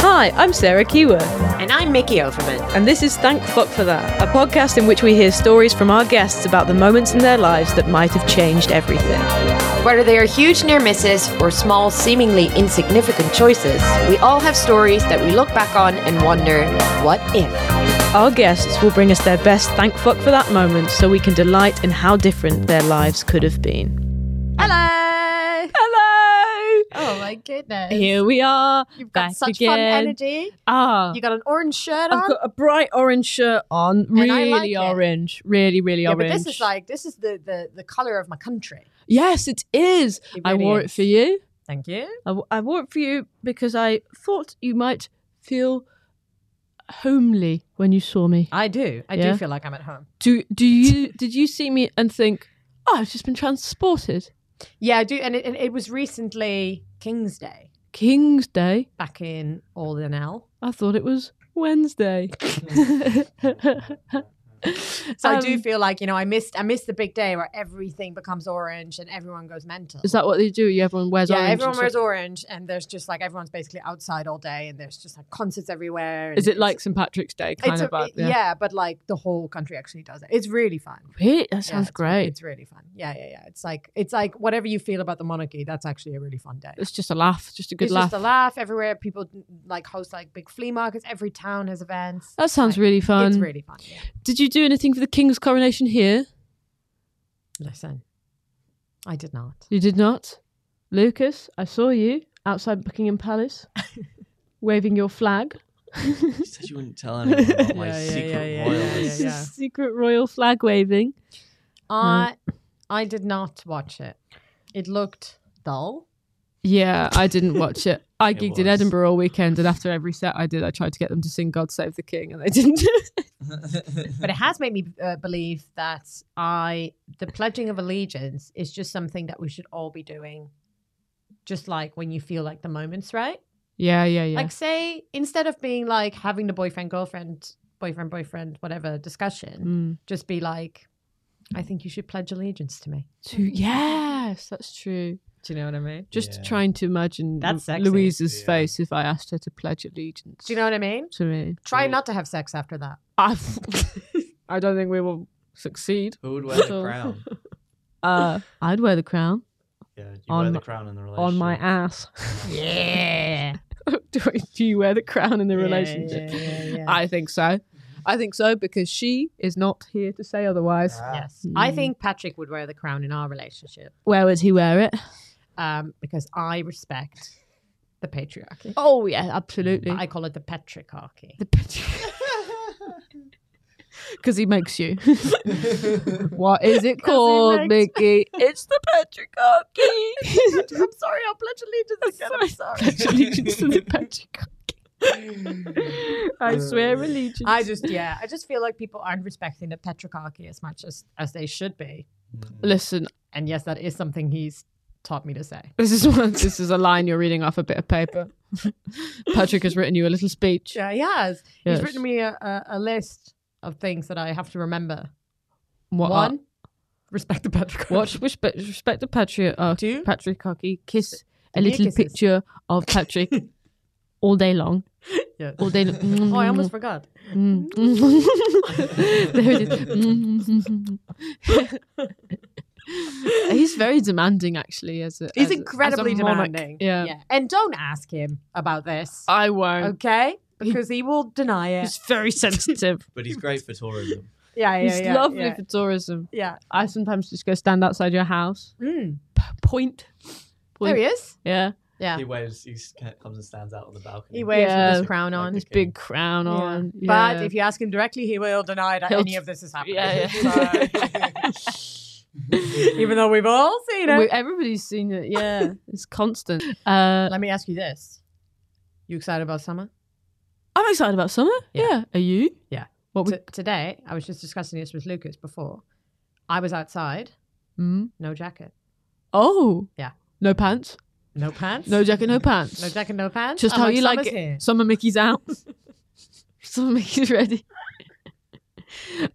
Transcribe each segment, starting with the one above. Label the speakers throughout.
Speaker 1: Hi, I'm Sarah Keewer,
Speaker 2: And I'm Mickey Overman.
Speaker 1: and this is Thank Fuck for That, a podcast in which we hear stories from our guests about the moments in their lives that might have changed everything.
Speaker 2: Whether they are huge near misses or small, seemingly insignificant choices, we all have stories that we look back on and wonder, what if?
Speaker 1: Our guests will bring us their best Thank Fuck for That moment so we can delight in how different their lives could have been.
Speaker 3: Hello.
Speaker 1: Hello!
Speaker 3: Oh my goodness.
Speaker 1: Here we are.
Speaker 3: You've got
Speaker 1: back
Speaker 3: such
Speaker 1: again.
Speaker 3: fun energy.
Speaker 1: Ah.
Speaker 3: You got an orange shirt on.
Speaker 1: I've got a bright orange shirt on,
Speaker 3: And I
Speaker 1: really
Speaker 3: like it.
Speaker 1: orange, really, really
Speaker 3: yeah,
Speaker 1: orange.
Speaker 3: but this is like this is the the, the color of my country.
Speaker 1: yes, it is.
Speaker 3: It
Speaker 1: I
Speaker 3: really
Speaker 1: wore it
Speaker 3: is.
Speaker 1: for you.
Speaker 3: Thank you.
Speaker 1: I, w- I wore it for you because I thought you might feel homely when you saw me.
Speaker 3: I do. I
Speaker 1: do Yeah.
Speaker 3: feel like I'm at home.
Speaker 1: Do do you did you see me and think, oh, I've just been transported?
Speaker 3: Yeah, I do. And it, and it was recently King's Day
Speaker 1: King's Day.
Speaker 3: back in Aldernell.
Speaker 1: I thought it was Wednesday.
Speaker 3: So I
Speaker 1: Um,
Speaker 3: do feel like you know I missed I missed the big day where everything becomes orange and everyone goes mental.
Speaker 1: Is that what they do? You everyone wears
Speaker 3: yeah,
Speaker 1: orange. and
Speaker 3: everyone
Speaker 1: stuff?
Speaker 3: wears orange, and there's just like everyone's basically outside all day, and there's just like concerts everywhere. and
Speaker 1: Is it
Speaker 3: it's-
Speaker 1: like St Patrick's Day kind
Speaker 3: it's
Speaker 1: of
Speaker 3: a-
Speaker 1: vibe?
Speaker 3: yeah. but like the whole country actually does it. It's really fun.
Speaker 1: Wait, that
Speaker 3: Yeah,
Speaker 1: sounds
Speaker 3: it's-
Speaker 1: great.
Speaker 3: It's really fun. Yeah, yeah, yeah. It's like it's like whatever you feel about the monarchy, that's actually a really fun day.
Speaker 1: it's just a laugh, just a good
Speaker 3: it's
Speaker 1: laugh.
Speaker 3: just a laugh everywhere. People like host like big flea markets. Every town has events.
Speaker 1: That sounds
Speaker 3: Like,
Speaker 1: really fun.
Speaker 3: It's really fun. Yeah.
Speaker 1: Did you do anything for the king's coronation here?
Speaker 3: Listen, I did not.
Speaker 1: You did not, Lucas. I saw you outside Buckingham Palace, waving your flag.
Speaker 4: You said you wouldn't tell anyone about my
Speaker 3: Yeah, yeah,
Speaker 4: secret
Speaker 3: yeah, yeah,
Speaker 4: royal
Speaker 3: yeah, yeah,
Speaker 4: list.
Speaker 3: yeah.
Speaker 1: Secret royal flag waving.
Speaker 3: I I did not watch it. It looked dull.
Speaker 1: Yeah, I didn't watch it. I
Speaker 4: It
Speaker 1: geeked
Speaker 4: was.
Speaker 1: in Edinburgh all weekend, and after every set I did, I tried to get them to sing "God Save the King," and they didn't.
Speaker 3: but it has made me uh, believe that I the pledging of allegiance is just something that we should all be doing. Just like when you feel like the moment's right.
Speaker 1: yeah, yeah, yeah.
Speaker 3: Like say instead of being like having the boyfriend girlfriend boyfriend boyfriend whatever discussion,
Speaker 1: Mm.
Speaker 3: just be like, I think you should pledge allegiance to me.
Speaker 1: To- yes, that's true.
Speaker 3: Do you know what I mean?
Speaker 1: Just
Speaker 4: Yeah.
Speaker 1: trying to imagine
Speaker 3: That's
Speaker 1: Lu-
Speaker 3: sexy.
Speaker 1: Louise's
Speaker 4: Yeah.
Speaker 1: face if I asked her to pledge allegiance.
Speaker 3: Do you know what I mean?
Speaker 1: to me?
Speaker 3: Try not to have sex after that.
Speaker 1: I, I don't think we will succeed.
Speaker 4: Who would wear the
Speaker 1: So-
Speaker 4: crown?
Speaker 1: Uh, I'd wear the crown
Speaker 4: Yeah, you wear
Speaker 1: On
Speaker 4: the
Speaker 1: my-
Speaker 4: crown in the relationship.
Speaker 1: on my ass.
Speaker 3: Yeah.
Speaker 1: do, do you wear the crown in the relationship?
Speaker 3: Yeah, yeah, yeah, yeah.
Speaker 1: I think so. I think so because she is not here to say otherwise.
Speaker 4: Ah.
Speaker 3: Yes. I think Patrick would wear the crown in our relationship
Speaker 1: Where would he wear it?
Speaker 3: um, because I respect the patriarchy.
Speaker 1: Oh yeah, absolutely.
Speaker 3: I call it the patriarchy.
Speaker 1: Because he makes you. what is it called,
Speaker 3: makes
Speaker 1: Mickey? It's the patriarchy.
Speaker 3: I'm sorry, I'll pledge allegiance again. I'm sorry.
Speaker 1: Pledge allegiance to the patriarchy. I swear allegiance.
Speaker 3: I just, yeah, I just feel like people aren't respecting the patriarchy as much as, as they should be.
Speaker 1: listen.
Speaker 3: And yes, that is something he's taught me to say.
Speaker 1: This is one, this is a line you're reading off a bit of paper. Patrick has written you a little speech.
Speaker 3: Yeah, he has.
Speaker 1: Yes.
Speaker 3: He's written me a, a, a list of things that I have to remember.
Speaker 1: What
Speaker 3: One,
Speaker 1: are-
Speaker 3: respect the patriarchy.
Speaker 1: Watch respect, respect the patriarchy.
Speaker 3: Do.
Speaker 1: Patriarchy. Kiss a
Speaker 3: Give me a
Speaker 1: little
Speaker 3: kisses.
Speaker 1: picture of Patrick all day long.
Speaker 3: Yeah.
Speaker 1: All day.
Speaker 3: Oh, I almost forgot.
Speaker 1: Mm. there it is. He's very demanding, actually. As a,
Speaker 3: He's
Speaker 1: as a- as a
Speaker 3: incredibly
Speaker 1: monarch.
Speaker 3: demanding.
Speaker 1: Yeah. Oh,
Speaker 3: And don't ask him about this,
Speaker 1: I won't.
Speaker 3: okay? Because he will deny it.
Speaker 1: He's very sensitive.
Speaker 4: But he's great for tourism.
Speaker 3: Yeah, yeah,
Speaker 1: He's
Speaker 3: yeah.
Speaker 1: lovely
Speaker 3: Yeah.
Speaker 1: for tourism.
Speaker 3: yeah.
Speaker 1: I sometimes just go stand outside your house.
Speaker 3: Mm.
Speaker 1: P- Point.
Speaker 3: There he is.
Speaker 1: Yeah.
Speaker 3: Yeah.
Speaker 4: He waves. He s- comes and stands out on the balcony.
Speaker 3: He wears
Speaker 1: Yeah.
Speaker 3: his crown
Speaker 4: Like
Speaker 3: on.
Speaker 4: the
Speaker 1: His big crown
Speaker 3: Yeah.
Speaker 1: on.
Speaker 3: But if you ask him directly, he will deny that
Speaker 1: He'll
Speaker 3: any
Speaker 1: t-
Speaker 3: of this is happening.
Speaker 1: Yeah,
Speaker 3: So- Even though we've all seen it.
Speaker 1: We- everybody's seen it. Yeah. it's constant. Uh,
Speaker 3: Let me ask you this. You excited about summer?
Speaker 1: I'm excited about summer. Yeah.
Speaker 3: Yeah.
Speaker 1: Are you?
Speaker 3: Yeah.
Speaker 1: What we.
Speaker 3: T- today, I was just discussing this with Lucas before. I was outside,
Speaker 1: Mm.
Speaker 3: no jacket,
Speaker 1: Oh.
Speaker 3: Yeah.
Speaker 1: No pants.
Speaker 3: no pants.
Speaker 1: No jacket, no pants.
Speaker 3: No jacket, no pants.
Speaker 1: Just
Speaker 3: I'm
Speaker 1: how you like
Speaker 3: "Summer's here."
Speaker 1: it. Summer Mickey's out. Summer Mickey's ready.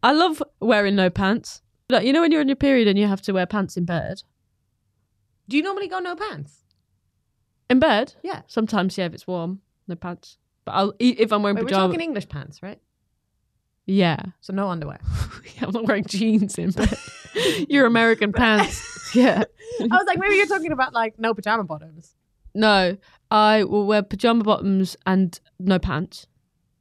Speaker 1: I love wearing no pants. Like, you know when you're on your period and you have to wear pants in bed?
Speaker 3: Do you normally go no pants?
Speaker 1: In bed?
Speaker 3: Yeah.
Speaker 1: Sometimes, yeah, if it's warm, no pants. But I'll eat if I'm wearing
Speaker 3: Wait, we're
Speaker 1: pajamas.
Speaker 3: talking English pants, right?
Speaker 1: yeah.
Speaker 3: So no underwear.
Speaker 1: yeah. I'm not wearing jeans in bed. Your American pants. Yeah.
Speaker 3: I was like, maybe you're talking about like no pajama bottoms.
Speaker 1: No, I will wear pajama bottoms and no pants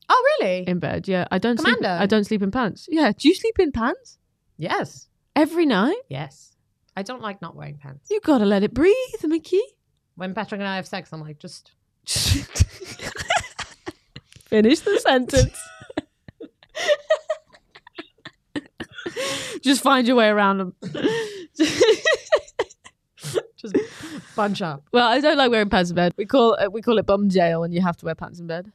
Speaker 3: Oh, really?
Speaker 1: in bed. Yeah, I don't sleep.
Speaker 3: Commando.
Speaker 1: I don't sleep in pants. Yeah, do you sleep in pants
Speaker 3: Yes.
Speaker 1: every night?
Speaker 3: Yes. I don't like not wearing pants.
Speaker 1: You gotta let it breathe, Mickey.
Speaker 3: When Patrick and I have sex, I'm like, just
Speaker 1: Finish the sentence. Just find your way around them.
Speaker 3: just bunch up.
Speaker 1: well, I don't like wearing pants in bed. We call uh, we call it bum jail when you have to wear pants in bed.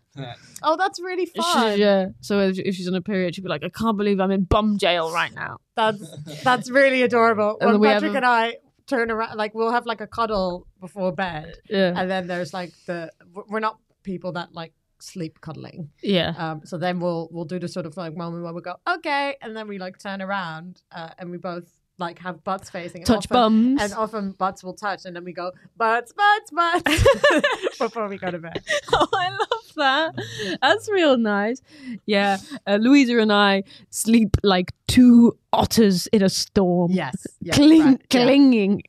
Speaker 3: Oh, that's really
Speaker 1: She-
Speaker 3: fun.
Speaker 1: yeah. So if, if she's on a period, she'd be like, "I can't believe I'm in bum jail right now."
Speaker 3: That's that's really adorable.
Speaker 1: And
Speaker 3: When
Speaker 1: we have
Speaker 3: Patrick
Speaker 1: a-
Speaker 3: and I turn around, like we'll have like a cuddle before bed,
Speaker 1: Yeah.
Speaker 3: and then there's like the we're not people that like sleep cuddling.
Speaker 1: Yeah.
Speaker 3: Um, so then we'll we'll do the sort of like moment where we go okay, and then we like turn around uh, and we both like have butts facing. and
Speaker 1: Touch
Speaker 3: often-
Speaker 1: bums.
Speaker 3: And often butts will touch, and then we go butts, butts, butts before we go to bed.
Speaker 1: oh, I love that. That's real nice. Yeah, uh, Louisa and I sleep like two otters in a storm.
Speaker 3: Yes, yes,
Speaker 1: Cling,
Speaker 3: right, yeah.
Speaker 1: clinging.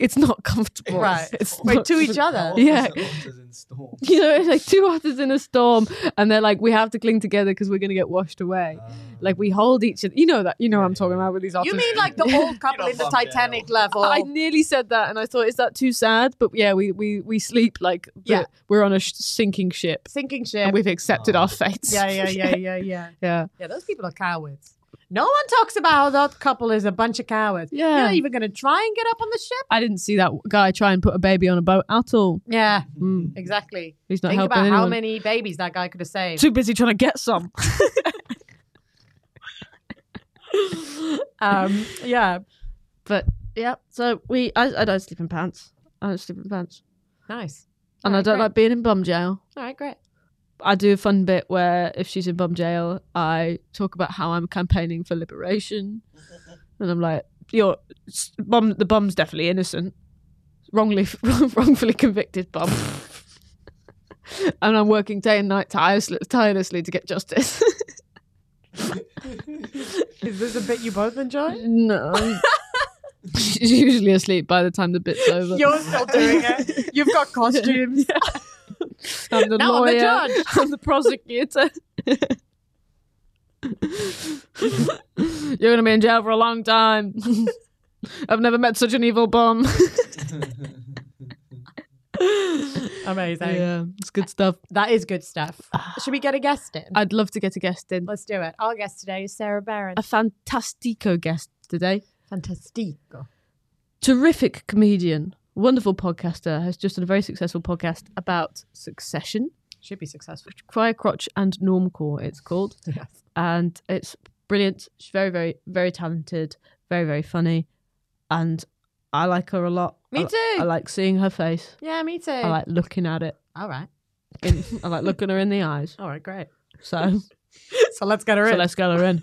Speaker 1: It's not comfortable.
Speaker 3: Right.
Speaker 1: It's
Speaker 3: Wait,
Speaker 1: not-
Speaker 3: to each other.
Speaker 1: Yeah.
Speaker 4: Otters in storm.
Speaker 1: You know, it's like two otters in a storm, and they're like, we have to cling together because we're gonna get washed away.
Speaker 3: Uh.
Speaker 4: Um,
Speaker 1: like we hold each other. You know that. You know what I'm talking about with these otters.
Speaker 3: You mean like the old couple in the
Speaker 4: bummed out.
Speaker 3: Titanic level?
Speaker 1: I nearly said that, and I thought, is that too sad? But yeah, we we we sleep like the-
Speaker 3: Yeah.
Speaker 1: we're on a sh- sinking ship,
Speaker 3: sinking
Speaker 1: and
Speaker 3: ship.
Speaker 1: we've accepted our fates.
Speaker 3: Yeah, yeah, yeah, yeah, yeah.
Speaker 1: yeah.
Speaker 3: Yeah, those people are cowards. No one talks about how that couple is a bunch of cowards.
Speaker 1: Yeah.
Speaker 3: You're not even going to try and get up on the ship?
Speaker 1: I douldn't see that guy try and put a baby on a boat at all.
Speaker 3: Yeah,
Speaker 1: Mm.
Speaker 3: exactly.
Speaker 1: He's not
Speaker 3: Think
Speaker 1: helping
Speaker 3: about how
Speaker 1: anyone.
Speaker 3: many babies that guy could have saved.
Speaker 1: Too busy trying to get some.
Speaker 3: Um, yeah,
Speaker 1: but yeah, so we I, I don't sleep in pants. I don't sleep in pants,
Speaker 3: nice.
Speaker 1: and I
Speaker 3: Alright,
Speaker 1: don't
Speaker 3: great.
Speaker 1: like being in bum jail.
Speaker 3: All right, great.
Speaker 1: I do a fun bit where if she's in bum jail, I talk about how I'm campaigning for liberation, and I'm like, "You're s- bum. The bum's definitely innocent, wrongly, wrongfully convicted bum." and I'm working day and night tirelessly, tirelessly to get justice.
Speaker 3: Is this a bit you both enjoy?
Speaker 1: no, she's usually asleep by the time the bit's over.
Speaker 3: You're still doing it. You've got costumes.
Speaker 1: I'm the
Speaker 3: Now I'm the
Speaker 1: lawyer.
Speaker 3: judge.
Speaker 1: I'm the prosecutor. You're gonna be in jail for a long time. I've never met such an evil bum.
Speaker 3: Amazing.
Speaker 1: yeah, it's good stuff.
Speaker 3: That is good stuff. Should we get a guest in?
Speaker 1: I'd love to get a guest in.
Speaker 3: Let's do it. Our guest today is Sarah Barron.
Speaker 1: A fantastico guest today.
Speaker 3: Fantastico.
Speaker 1: Terrific comedian, wonderful podcaster, has just done a very successful podcast about succession,
Speaker 3: Should be successful.
Speaker 1: Cryer Crotch and Normcore, it's called.
Speaker 3: Yes.
Speaker 1: and it's brilliant. She's very, very, very talented, very, very funny, and I like her a lot.
Speaker 3: Me
Speaker 1: I-
Speaker 3: too.
Speaker 1: I like seeing her face.
Speaker 3: Yeah, me too.
Speaker 1: I like looking at it.
Speaker 3: All right.
Speaker 1: In, I like looking her in the eyes.
Speaker 3: All right, great.
Speaker 1: So,
Speaker 3: So let's get her
Speaker 1: so
Speaker 3: in.
Speaker 1: let's get her in.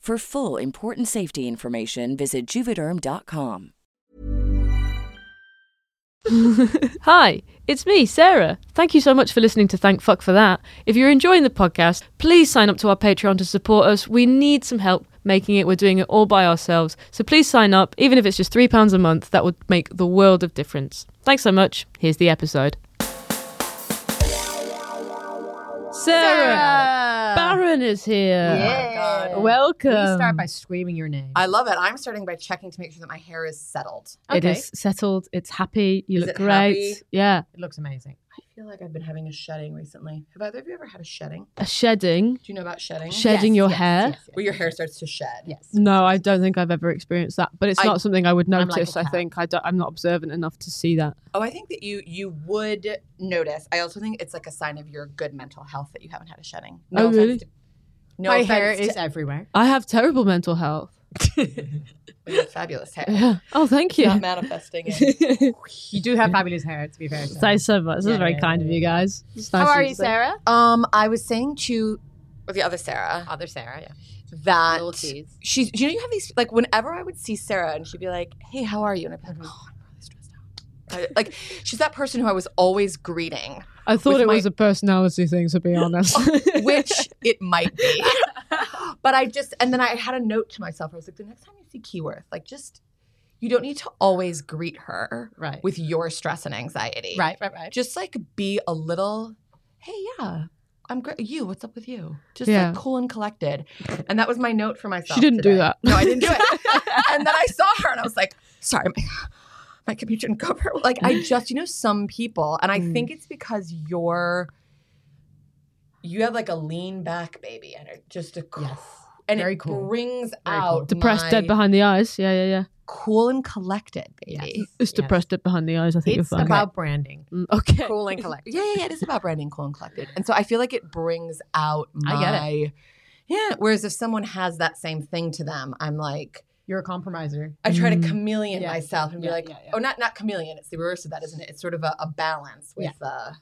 Speaker 5: For full important safety information, visit juvederm.com.
Speaker 1: Hi, it's me, Sarah. Thank you so much for listening to Thank Fuck for That. If you're enjoying the podcast, please sign up to our Patreon to support us. We need some help making it. We're doing it all by ourselves. So please sign up, even if it's just £3 a month. That would make the world of difference. Thanks so much. Here's the episode. Sarah,
Speaker 3: Uh,
Speaker 1: Baron is here.
Speaker 3: Oh
Speaker 6: God.
Speaker 1: Welcome.
Speaker 3: Please start by screaming your name.
Speaker 6: I love it. I'm starting by checking to make sure that my hair is settled.
Speaker 1: It is settled. It's happy. You
Speaker 6: Is
Speaker 1: look
Speaker 6: it
Speaker 1: great.
Speaker 6: happy?
Speaker 1: Yeah.
Speaker 3: It looks amazing.
Speaker 6: I feel like I've been having a shedding recently. Have either of you ever had a shedding?
Speaker 1: A shedding.
Speaker 6: Do you know about shedding?
Speaker 1: Shedding
Speaker 3: Yes,
Speaker 1: your
Speaker 3: yes,
Speaker 1: hair.
Speaker 3: yes, yes,
Speaker 6: Where your hair starts to shed.
Speaker 3: Yes.
Speaker 1: No, I don't think I've ever experienced that, but it's
Speaker 6: I-
Speaker 1: not something I would
Speaker 3: I'm like a
Speaker 1: notice. I
Speaker 3: cat.
Speaker 1: think I don't, I'm not observant enough to see that.
Speaker 6: Oh, I think that you you would notice. I also think it's like a sign of your good mental health that you haven't had a shedding.
Speaker 1: Oh,
Speaker 6: offense
Speaker 1: really?
Speaker 6: To, no
Speaker 3: My
Speaker 6: offense
Speaker 3: hair
Speaker 6: to-
Speaker 3: is everywhere.
Speaker 1: I have terrible mental health.
Speaker 6: but you have fabulous hair.
Speaker 1: Oh, thank
Speaker 6: It's
Speaker 1: you.
Speaker 6: Not manifesting it.
Speaker 3: You do have fabulous hair, to be fair. Sarah.
Speaker 1: Thanks so much. This is
Speaker 3: Yeah,
Speaker 1: very
Speaker 3: yeah,
Speaker 1: kind of you guys. It's nice
Speaker 3: How are
Speaker 1: of
Speaker 3: you, Sarah?
Speaker 6: Um, I was saying to or the other Sarah
Speaker 3: Other Sarah, yeah.
Speaker 6: that
Speaker 3: Little tease.
Speaker 6: she's you know you have these like whenever I would see Sarah and she'd be like, "Hey, how are you?" and I'd be like, "Oh, I'm really stressed out." I- like she's that person who I was always greeting,
Speaker 1: I thought
Speaker 6: With
Speaker 1: it was
Speaker 6: my-
Speaker 1: a personality thing, to be honest.
Speaker 6: which it might be. but I just and then I had a note to myself. I was like, the next time you see Keyworth, like just you don't need to always greet her
Speaker 3: Right.
Speaker 6: with your stress and anxiety.
Speaker 3: right, right, right.
Speaker 6: Just like be a little, hey, yeah. I'm great. You, what's up with you? Just
Speaker 1: Yeah.
Speaker 6: like cool and collected. And that was my note for myself.
Speaker 1: didn't do
Speaker 6: today.
Speaker 1: that.
Speaker 6: No, I didn't do it. and then I saw her and I was like, sorry, my, my computer didn't cover. Like, I just, you know, some people, and I
Speaker 1: Mm.
Speaker 6: think it's because you're, you have like a lean back baby and it just a cool.
Speaker 3: Yes.
Speaker 6: And
Speaker 3: Very
Speaker 6: it
Speaker 3: cool.
Speaker 6: brings
Speaker 3: Very cool.
Speaker 6: out
Speaker 1: depressed, dead
Speaker 6: my
Speaker 1: behind the eyes. Yeah, yeah, yeah.
Speaker 6: cool and collected baby.
Speaker 3: Yes.
Speaker 1: It's
Speaker 3: Yeah.
Speaker 1: depressed, dead behind the eyes. I think
Speaker 3: It's
Speaker 1: you're fine.
Speaker 3: about branding.
Speaker 1: Mm, okay.
Speaker 3: Cool and collected.
Speaker 6: Yeah, yeah, yeah. It is about branding cool and collected. And so I feel like it brings out my.
Speaker 3: I get it.
Speaker 6: Yeah. Whereas if someone has that same thing to them, I'm like,
Speaker 3: You're a compromiser.
Speaker 6: I try
Speaker 1: Mm.
Speaker 6: to chameleon
Speaker 3: Mm-hmm. Yeah.
Speaker 6: myself and be
Speaker 3: Yeah,
Speaker 6: like,
Speaker 3: yeah, yeah.
Speaker 6: oh, not not chameleon. It's the reverse of that, isn't it? It's sort of a, a balance with, uh,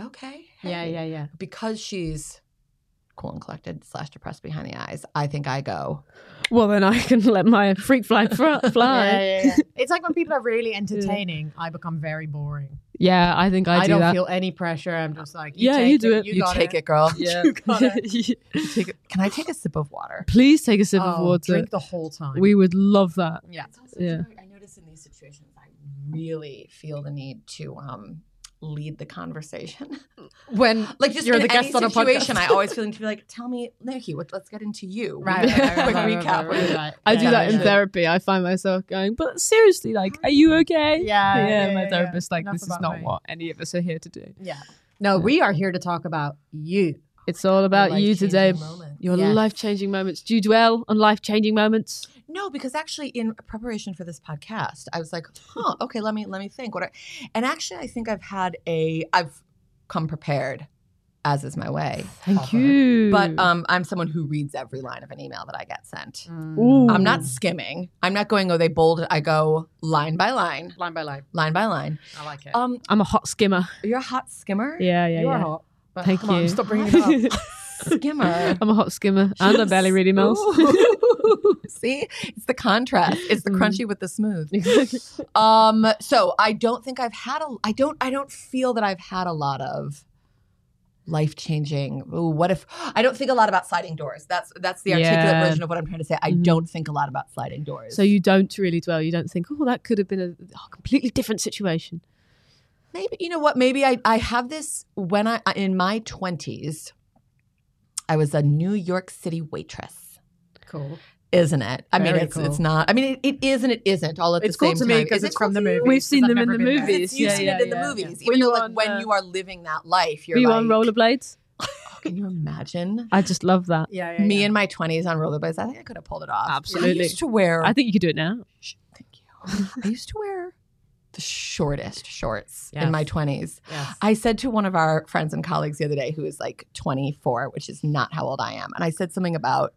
Speaker 6: okay.
Speaker 3: Yeah,
Speaker 6: hey,
Speaker 3: yeah, yeah.
Speaker 6: Because she's cool and collected slash depressed behind the eyes, I think I go.
Speaker 1: Well, then I can let my freak flag fr- fly. yeah,
Speaker 3: it's like when people are really entertaining, I become very boring.
Speaker 1: I think I,
Speaker 3: I,
Speaker 1: do
Speaker 3: don't
Speaker 1: that.
Speaker 3: feel any pressure. I'm just like,
Speaker 1: Yeah,
Speaker 3: take
Speaker 1: you do it.
Speaker 3: You,
Speaker 6: You,
Speaker 3: got
Speaker 6: take it, girl.
Speaker 1: yeah.
Speaker 6: You got it. You take it. Can I take a sip of water?
Speaker 1: Please take a sip of
Speaker 3: Oh,
Speaker 1: water.
Speaker 3: Drink the whole time.
Speaker 1: We would love that.
Speaker 3: yeah.
Speaker 1: Yeah.
Speaker 6: I notice in these situations, I really feel the need to um, lead the conversation.
Speaker 3: When
Speaker 6: Like just
Speaker 3: you're
Speaker 6: in
Speaker 3: the guest
Speaker 6: any
Speaker 3: on a
Speaker 6: situation,
Speaker 3: podcast.
Speaker 6: I always feel the need to be like, "Tell me, Nikki, what, let's get into you."
Speaker 3: right,
Speaker 6: We need a
Speaker 3: right, right,
Speaker 6: quick
Speaker 3: right,
Speaker 6: recap.
Speaker 3: right, right, right.
Speaker 1: I
Speaker 3: Yeah,
Speaker 1: do that
Speaker 3: yeah,
Speaker 1: in
Speaker 3: yeah.
Speaker 1: therapy. I find myself going, but seriously, like, are you okay?
Speaker 3: Yeah,
Speaker 1: Yeah.
Speaker 3: yeah,
Speaker 1: my
Speaker 3: yeah,
Speaker 1: therapist, like,
Speaker 3: Enough
Speaker 1: this is
Speaker 3: about
Speaker 1: not
Speaker 3: me.
Speaker 1: what any of us are here to do.
Speaker 3: Yeah. No, we are here to talk about you.
Speaker 1: It's all about you today.
Speaker 6: Life-changing moment.
Speaker 1: Your
Speaker 3: Yes.
Speaker 1: life changing moments. Do you dwell on life changing moments?
Speaker 6: No, because actually, in preparation for this podcast, I was like, "Huh, okay, let me let me think." What? I, and actually, I think I've had a I've come prepared, as is my way.
Speaker 1: Thank
Speaker 3: Uh-huh.
Speaker 1: you.
Speaker 6: But um, I'm someone who reads every line of an email that I get sent.
Speaker 3: Mm.
Speaker 1: Ooh.
Speaker 6: I'm not skimming. I'm not going. Oh, they bolded. I go line by line,
Speaker 3: line by line. Oh,
Speaker 6: line by line.
Speaker 3: I like it.
Speaker 6: Um,
Speaker 1: I'm a hot skimmer.
Speaker 6: you're a hot skimmer.
Speaker 1: Yeah, yeah,
Speaker 3: you are
Speaker 1: yeah.
Speaker 3: hot. But
Speaker 1: Thank
Speaker 3: come
Speaker 1: you.
Speaker 3: On, stop bringing it up. Uh,
Speaker 6: skimmer.
Speaker 1: I'm a hot skimmer and a belly read emails.
Speaker 6: Ooh. See, it's the contrast. It's the
Speaker 1: Mm.
Speaker 6: crunchy with the smooth.
Speaker 1: Exactly.
Speaker 6: Um, so I don't think I've had a. I don't. I don't feel that I've had a lot of life changing. What if I don't think a lot about sliding doors? That's that's the articulate
Speaker 1: Yeah.
Speaker 6: version of what I'm trying to say. I
Speaker 1: Mhm.
Speaker 6: don't think a lot about sliding doors.
Speaker 1: So you don't really dwell. You don't think, oh, that could have been a oh, completely different situation.
Speaker 6: Maybe you know what? Maybe I I have this when I in my twenties. I was a New York City waitress,
Speaker 3: cool.
Speaker 6: isn't it? I mean,
Speaker 3: Very
Speaker 6: it's
Speaker 3: cool.
Speaker 6: it's not. I mean, it, it is and it isn't all at
Speaker 3: It's
Speaker 6: the
Speaker 3: cool
Speaker 6: same
Speaker 3: to me
Speaker 6: time.
Speaker 3: because
Speaker 6: Is it
Speaker 3: it's from
Speaker 6: cool
Speaker 3: the
Speaker 6: to you?
Speaker 3: movies.
Speaker 1: We've seen
Speaker 3: because
Speaker 1: them
Speaker 3: I've
Speaker 1: in
Speaker 3: never
Speaker 1: the
Speaker 3: been there.
Speaker 1: movies.
Speaker 6: It's, you've
Speaker 1: Yeah,
Speaker 6: seen
Speaker 1: yeah,
Speaker 6: it in the
Speaker 1: yeah.
Speaker 6: movies,
Speaker 1: Were
Speaker 6: even though
Speaker 1: you
Speaker 6: like
Speaker 1: on,
Speaker 6: when
Speaker 1: uh,
Speaker 6: you are living that life, you're
Speaker 1: Were you
Speaker 6: like,
Speaker 1: on rollerblades?
Speaker 6: Oh, can you imagine?
Speaker 1: I just love that.
Speaker 3: Yeah, yeah,
Speaker 6: Me
Speaker 3: yeah.
Speaker 6: in my twenties on rollerblades. I think I could have pulled it off.
Speaker 1: Absolutely.
Speaker 6: I used to wear.
Speaker 1: I think you could do it now.
Speaker 6: Shh, thank you. I used to wear the shortest shorts
Speaker 3: Yes.
Speaker 6: in my twenties.
Speaker 3: Yes.
Speaker 6: I said to one of our friends and colleagues the other day, who is like 24, which is not how old I am, and I said something about.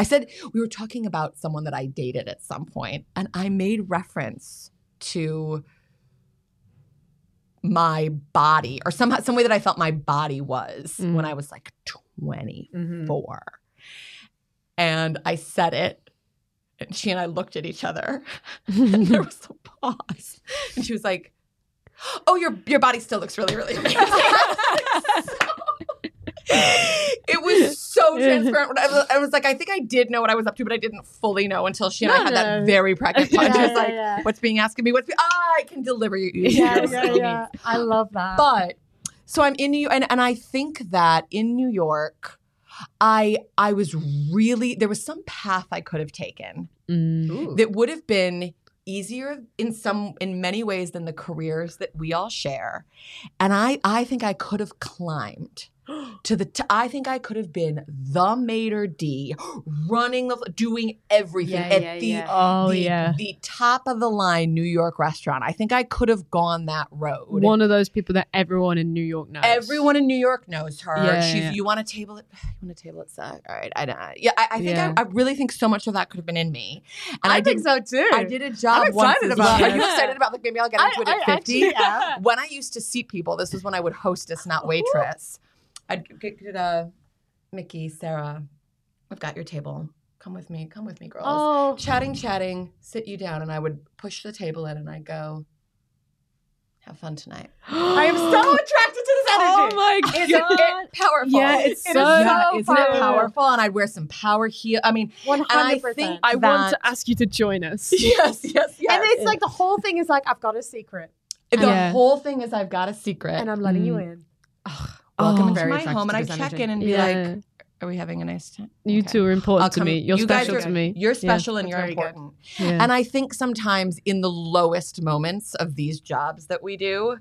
Speaker 6: I said we were talking about someone that I dated at some point, and I made reference to my body or somehow some way that I felt my body was
Speaker 1: Mm.
Speaker 3: Mm-hmm.
Speaker 6: when I was like
Speaker 3: Mhm.
Speaker 6: 24 and I said it. And she and I looked at each other, and there was a pause. And she was like, "Oh, your your body still looks really, really amazing." it was so transparent. When I, was, I was like, I think I did know what I was up to, but I didn't fully know until she and I
Speaker 1: No,
Speaker 6: had that
Speaker 1: no.
Speaker 6: very pregnant pause. She
Speaker 3: Yeah,
Speaker 6: was like,
Speaker 3: yeah, yeah.
Speaker 6: "What's being asked of me? What's be- I can deliver you."
Speaker 3: Yeah,
Speaker 6: Yes,
Speaker 3: yeah,
Speaker 6: I mean,
Speaker 3: yeah. I love that.
Speaker 6: but so I'm in New York, and, and I think that in New York, I I was really there was some path I could have taken
Speaker 1: Mm.
Speaker 3: Ooh.
Speaker 6: that would have been easier in some in many ways than the careers that we all share, and I I think I could have climbed. To the, t- I think I could have been the Mater D, running the, doing everything
Speaker 3: Yeah,
Speaker 6: at
Speaker 3: yeah,
Speaker 6: the
Speaker 3: yeah.
Speaker 1: Oh,
Speaker 6: the,
Speaker 1: yeah.
Speaker 6: the top of the line New York restaurant. I think I could have gone that road.
Speaker 1: One of those people that everyone in New York knows.
Speaker 6: Everyone in New York knows her.
Speaker 1: Yeah,
Speaker 6: She's,
Speaker 1: yeah.
Speaker 6: You want to table it? You want to table it? Suck. All right. I don't. Yeah. I, I think
Speaker 1: Yeah.
Speaker 6: I, I really think so much of that could have been in me. And I,
Speaker 3: I think
Speaker 6: did,
Speaker 3: so too.
Speaker 6: I did a job.
Speaker 3: I'm
Speaker 6: once
Speaker 3: excited
Speaker 6: as
Speaker 3: about
Speaker 6: well.
Speaker 3: it.
Speaker 6: Are you excited about the maybe I'll get
Speaker 3: I-
Speaker 6: into it
Speaker 3: I
Speaker 6: at fifty?
Speaker 3: actually am.
Speaker 6: When I used to seat people, this was when I would hostess, not waitress. I'd g- get a Mickey, Sarah. I've got your table. Come with me. Come with me, girls
Speaker 3: Oh,
Speaker 6: chatting, chatting, sit you down, and I would push the table in and I go, have fun tonight. I am so attracted to this
Speaker 1: Oh
Speaker 6: energy.
Speaker 1: my
Speaker 6: Isn't
Speaker 1: God.
Speaker 6: it powerful?
Speaker 1: Yeah, it's
Speaker 6: It is
Speaker 1: so
Speaker 6: yeah, isn't it
Speaker 1: powerful.
Speaker 6: powerful? And I'd wear some power heel. I mean,
Speaker 3: 100%.
Speaker 6: I think
Speaker 1: I want
Speaker 6: that-
Speaker 1: to ask you to join us.
Speaker 6: yes, yes, yes.
Speaker 3: and it's like the whole thing is like, I've got a secret
Speaker 6: the
Speaker 1: Yeah.
Speaker 6: whole thing is I've got a secret.
Speaker 3: and I'm letting you
Speaker 1: Mm.
Speaker 3: in.
Speaker 6: Welcome
Speaker 1: Oh.
Speaker 6: into
Speaker 3: Very
Speaker 6: my
Speaker 3: attracted
Speaker 6: home,
Speaker 3: to
Speaker 6: and I
Speaker 3: this
Speaker 6: check
Speaker 3: energy.
Speaker 6: in and be
Speaker 1: Yeah.
Speaker 6: like, "Are we having a nice time?"
Speaker 1: You
Speaker 6: Okay.
Speaker 1: two are important
Speaker 6: I'll
Speaker 1: to
Speaker 6: come-
Speaker 1: me. You're
Speaker 6: you guys
Speaker 1: special
Speaker 6: are-
Speaker 1: to me.
Speaker 6: You're
Speaker 1: Yeah.
Speaker 6: special and
Speaker 3: That's
Speaker 6: you're
Speaker 3: very good.
Speaker 6: important.
Speaker 1: Yeah.
Speaker 6: And I think sometimes in the lowest moments of these jobs that we do,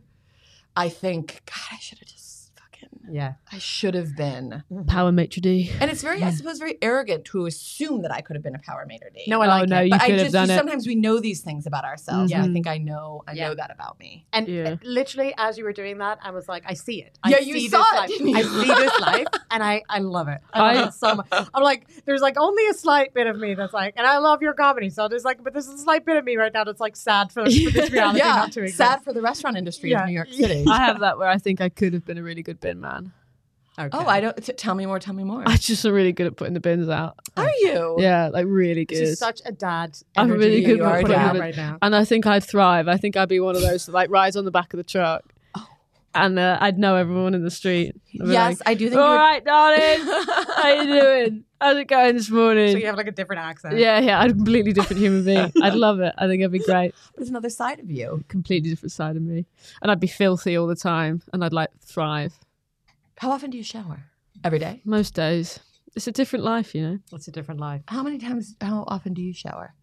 Speaker 6: I think, God, I should have just fucking,
Speaker 3: Yeah.
Speaker 6: I should have been.
Speaker 1: Power maitre d.
Speaker 6: And it's very, I suppose, very arrogant to assume that I could have been a power mater date.
Speaker 3: No, I
Speaker 1: Oh,
Speaker 3: like
Speaker 1: no,
Speaker 3: it.
Speaker 1: you
Speaker 6: but
Speaker 1: could
Speaker 6: I
Speaker 1: have
Speaker 6: just
Speaker 1: done it.
Speaker 6: sometimes we know these things about ourselves. And I
Speaker 1: Mhm.
Speaker 6: think I know, I
Speaker 3: Yeah.
Speaker 6: know that about me.
Speaker 3: And uh,
Speaker 1: Yeah.
Speaker 3: literally, as you were doing that, I was like, I see it. I
Speaker 6: Yeah, you
Speaker 3: see
Speaker 6: saw
Speaker 3: this
Speaker 6: it,
Speaker 3: life.
Speaker 6: didn't you?
Speaker 3: I see this life, and I, I love it. I love
Speaker 1: I-
Speaker 3: it so much. I'm like, there's like only a slight bit of me that's like, and I love your comedy. So there's like, but there's a slight bit of me right now that's like sad for, for this reality
Speaker 6: yeah,
Speaker 3: not to exist.
Speaker 6: sad for the restaurant industry
Speaker 3: Yeah.
Speaker 6: of New York City.
Speaker 1: I have that where I think I could have been a really good bin man.
Speaker 3: Okay.
Speaker 6: Oh, I don't. T- tell me more. Tell me more.
Speaker 1: I just am really good at putting the bins out.
Speaker 6: Are you?
Speaker 1: Yeah, like really
Speaker 3: This
Speaker 1: good.
Speaker 3: is such a dad.
Speaker 1: I'm
Speaker 3: energy
Speaker 1: really good
Speaker 3: you
Speaker 1: at
Speaker 3: are
Speaker 1: putting
Speaker 3: down
Speaker 1: them in-
Speaker 3: right now.
Speaker 1: and I think I'd thrive. I think I'd be one of those that like rides on the back of the truck. And uh, I'd know everyone in the street. I'd be
Speaker 6: Oh. Yes,
Speaker 1: like,
Speaker 6: I do think.
Speaker 1: All
Speaker 6: you would-
Speaker 1: right, darling. How you doing? How's it going this morning?
Speaker 3: So you have like a different accent.
Speaker 1: yeah, yeah. I'm a completely different human being. I'd love it. I think I'd be great.
Speaker 6: There's another side of you.
Speaker 1: Completely different side of me. And I'd be filthy all the time. And I'd like thrive
Speaker 6: How often do you shower? Every day.
Speaker 1: most days. It's a different life, you know.
Speaker 3: It's a different life.
Speaker 6: How many times? How often do you shower?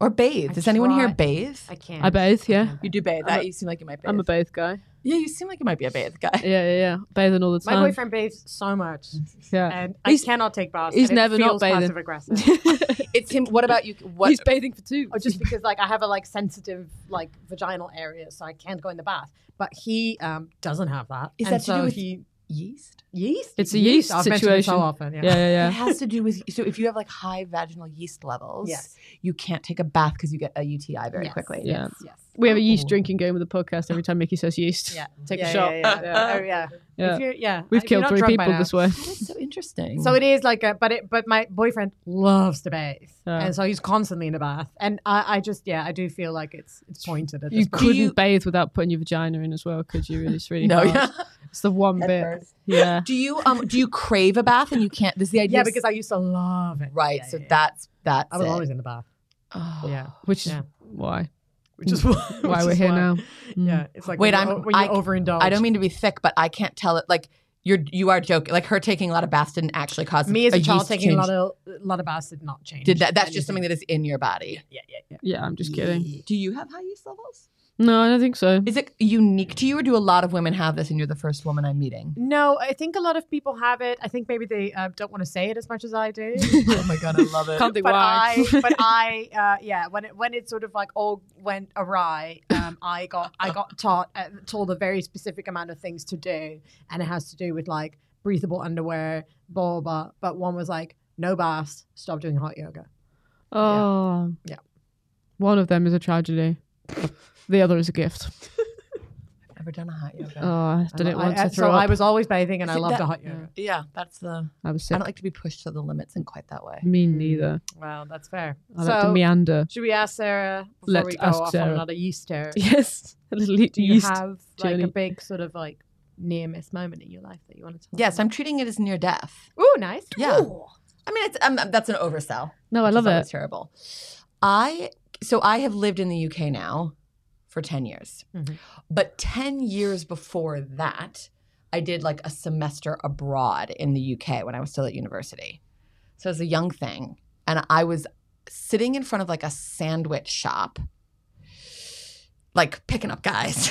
Speaker 6: Or bathe?
Speaker 3: I
Speaker 6: Does anyone here
Speaker 3: try-
Speaker 6: bathe?
Speaker 3: I can't.
Speaker 1: I bathe, yeah.
Speaker 6: You do bathe.
Speaker 1: I'm
Speaker 6: That
Speaker 1: a-
Speaker 6: you seem like you might bathe.
Speaker 1: I'm a bathe guy.
Speaker 6: yeah, you seem like you might be a bathe guy.
Speaker 1: Yeah, yeah, yeah. Bathing all the
Speaker 3: My
Speaker 1: time.
Speaker 3: boyfriend bathes so much,
Speaker 1: yeah.
Speaker 3: and
Speaker 1: He's-
Speaker 3: I cannot take baths.
Speaker 1: he's
Speaker 3: and
Speaker 1: never
Speaker 3: it
Speaker 1: not
Speaker 3: feels
Speaker 1: bathing.
Speaker 3: Passive aggressive.
Speaker 6: It's him. What about you? What?
Speaker 1: He's bathing for two.
Speaker 3: or uh, Oh, just because like I have a like sensitive like vaginal area, so I can't go in the bath. But he um, doesn't have that.
Speaker 6: Is
Speaker 3: And
Speaker 6: that to do
Speaker 3: so
Speaker 6: with-
Speaker 3: he
Speaker 6: yeast.
Speaker 3: yeast?
Speaker 1: It's a yeast
Speaker 3: I've mentioned it
Speaker 1: situation.
Speaker 3: So often, yeah.
Speaker 1: yeah, yeah,
Speaker 6: It
Speaker 1: yeah.
Speaker 6: has to do with so if you have like high vaginal yeast levels,
Speaker 3: Yes.
Speaker 6: you can't take a bath because you get a UTI very
Speaker 3: Yes.
Speaker 6: quickly.
Speaker 1: Yeah.
Speaker 3: Yes. yes.
Speaker 1: We have a yeast
Speaker 6: Oh.
Speaker 1: drinking game with the podcast every time Mickey says yeast.
Speaker 3: Yeah.
Speaker 1: Take
Speaker 3: yeah,
Speaker 1: a shot.
Speaker 3: Yeah. yeah, yeah. Oh, yeah.
Speaker 1: Yeah.
Speaker 3: If you're, yeah.
Speaker 1: We've
Speaker 3: if you're
Speaker 1: killed
Speaker 3: not
Speaker 1: three
Speaker 3: drunk by
Speaker 1: people
Speaker 3: now.
Speaker 1: this way.
Speaker 6: That's so interesting.
Speaker 3: So it is like a, but it, but my boyfriend loves to bathe,
Speaker 1: Yeah.
Speaker 3: and so he's constantly in a bath, and I, I just, yeah, I do feel like it's, it's pointed at this
Speaker 1: You
Speaker 3: point.
Speaker 1: couldn't
Speaker 6: you-
Speaker 1: bathe without putting your vagina in as well, could you? It's really
Speaker 6: no,
Speaker 1: hard.
Speaker 6: yeah.
Speaker 1: It's the one bit. Yeah.
Speaker 6: Do you um do you crave a bath and you can't? This is the idea.
Speaker 3: Yeah, because I used to love it.
Speaker 6: right.
Speaker 3: Yeah,
Speaker 6: so
Speaker 3: yeah, yeah.
Speaker 6: that's that's.
Speaker 3: I was
Speaker 6: it.
Speaker 3: always in the bath.
Speaker 6: Oh.
Speaker 3: Yeah,
Speaker 1: Which is
Speaker 3: Yeah.
Speaker 1: why.
Speaker 3: which is why,
Speaker 1: Why
Speaker 3: which
Speaker 1: we're
Speaker 3: is
Speaker 1: here
Speaker 3: why-
Speaker 1: now. Mm.
Speaker 3: Yeah, it's like when
Speaker 6: Wait, I'm-
Speaker 3: you're, o- when you're
Speaker 6: I-
Speaker 3: overindulged.
Speaker 6: I don't mean to be thick, but I can't tell it. Like you're you are joking. Like her taking a lot of baths didn't actually cause
Speaker 3: me as a, child
Speaker 6: yeast
Speaker 3: taking a
Speaker 6: change.
Speaker 3: lot of a lot of baths did not change.
Speaker 6: Did that? That's just something that is in your body.
Speaker 3: Yeah, yeah, yeah.
Speaker 1: Yeah, I'm just kidding.
Speaker 6: Do you have high yeast levels?
Speaker 1: No, I don't think so.
Speaker 6: Is it unique to you, or do a lot of women have this, and you're the first woman I'm meeting?
Speaker 3: No, I think a lot of people have it. I think maybe they uh, don't want to say it as much as I do.
Speaker 6: oh my god, I love it.
Speaker 1: Can't think
Speaker 3: but
Speaker 1: why.
Speaker 3: I, but I, uh, yeah, when it when it sort of like all went awry, um, I got I got taught uh, told a very specific amount of things to do, and it has to do with like breathable underwear, blah blah. blah. But one was like no baths, stop doing hot yoga.
Speaker 1: oh.
Speaker 3: Yeah.
Speaker 1: One of them is a tragedy. the other is a gift.
Speaker 6: Never done a hot yoga.
Speaker 1: Oh, I did it
Speaker 3: I-
Speaker 1: once.
Speaker 3: I-
Speaker 1: I,
Speaker 3: so
Speaker 1: threw
Speaker 3: I
Speaker 1: up.
Speaker 3: was always bathing, and I
Speaker 6: See,
Speaker 3: loved
Speaker 6: that-
Speaker 3: a hot yoga.
Speaker 6: yeah, that's the.
Speaker 1: I was
Speaker 6: I
Speaker 1: sick. Mm.
Speaker 6: don't like to be pushed to the limits in quite that way.
Speaker 1: Me neither.
Speaker 3: Wow, that's fair.
Speaker 1: I like to meander.
Speaker 3: Should we ask Sarah before
Speaker 1: Let's
Speaker 3: we go
Speaker 1: ask
Speaker 3: off on
Speaker 1: Sarah.
Speaker 3: another yeast tear?
Speaker 1: Yes. A little
Speaker 3: Do you
Speaker 1: yeast.
Speaker 3: have like
Speaker 1: journey.
Speaker 3: a big sort of like near miss moment in your life that you want to tell?
Speaker 6: Yes, I'm treating it as near death.
Speaker 3: Oh, nice.
Speaker 6: Yeah. I mean, it's um, that's an oversell.
Speaker 1: no, I
Speaker 6: which is
Speaker 1: love it.
Speaker 6: always Terrible. I so I have lived in the UK now for ten years,
Speaker 3: Mhm.
Speaker 6: but ten years before that, I did like a semester abroad in the UK when I was still at university. So I was a young thing, and I was sitting in front of like a sandwich shop, like picking up guys.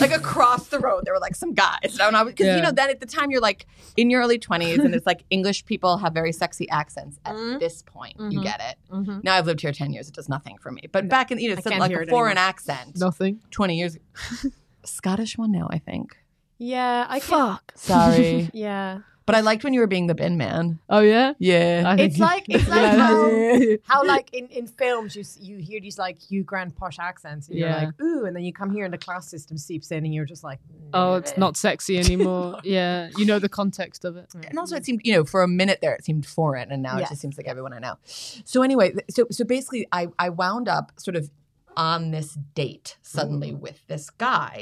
Speaker 6: like across the road, there were like some guys. And I was because
Speaker 1: Yeah.
Speaker 6: you know then at the time you're like in your early twenties, and it's like English people have very sexy accents. At
Speaker 3: Mhm.
Speaker 6: this point, you
Speaker 3: Mhm.
Speaker 6: get it.
Speaker 3: Mm-hmm.
Speaker 6: Now I've lived here ten years; it does nothing for me. But back in you know,
Speaker 3: I
Speaker 6: some-
Speaker 3: can't
Speaker 6: like
Speaker 3: hear
Speaker 6: a
Speaker 3: it
Speaker 6: foreign
Speaker 3: anymore.
Speaker 6: accent,
Speaker 1: Nothing.
Speaker 6: twenty years. Scottish one now, I think.
Speaker 3: Yeah, I can.
Speaker 1: Fuck.
Speaker 6: Sorry,
Speaker 3: Yeah,
Speaker 6: but I liked when you were being the bin man. Uh,
Speaker 1: Oh yeah.
Speaker 6: Yeah,
Speaker 1: I think
Speaker 3: it's
Speaker 1: you-
Speaker 3: like it's like
Speaker 1: Yeah.
Speaker 3: how, how like in, in films you s- you hear these like Hugh Grant posh accents and
Speaker 1: Yeah.
Speaker 3: you're like ooh, and then you come here and the class system seeps in and you're just like
Speaker 1: Oh, it's not sexy anymore. yeah, you know the context of it.
Speaker 3: Mm-hmm.
Speaker 6: and also it seemed you know for a minute there it seemed foreign and now it
Speaker 3: Yes.
Speaker 6: just seems like everyone i know so anyway th- so so basically i i wound up sort of on this date suddenly
Speaker 1: Mm-hmm.
Speaker 6: with this guy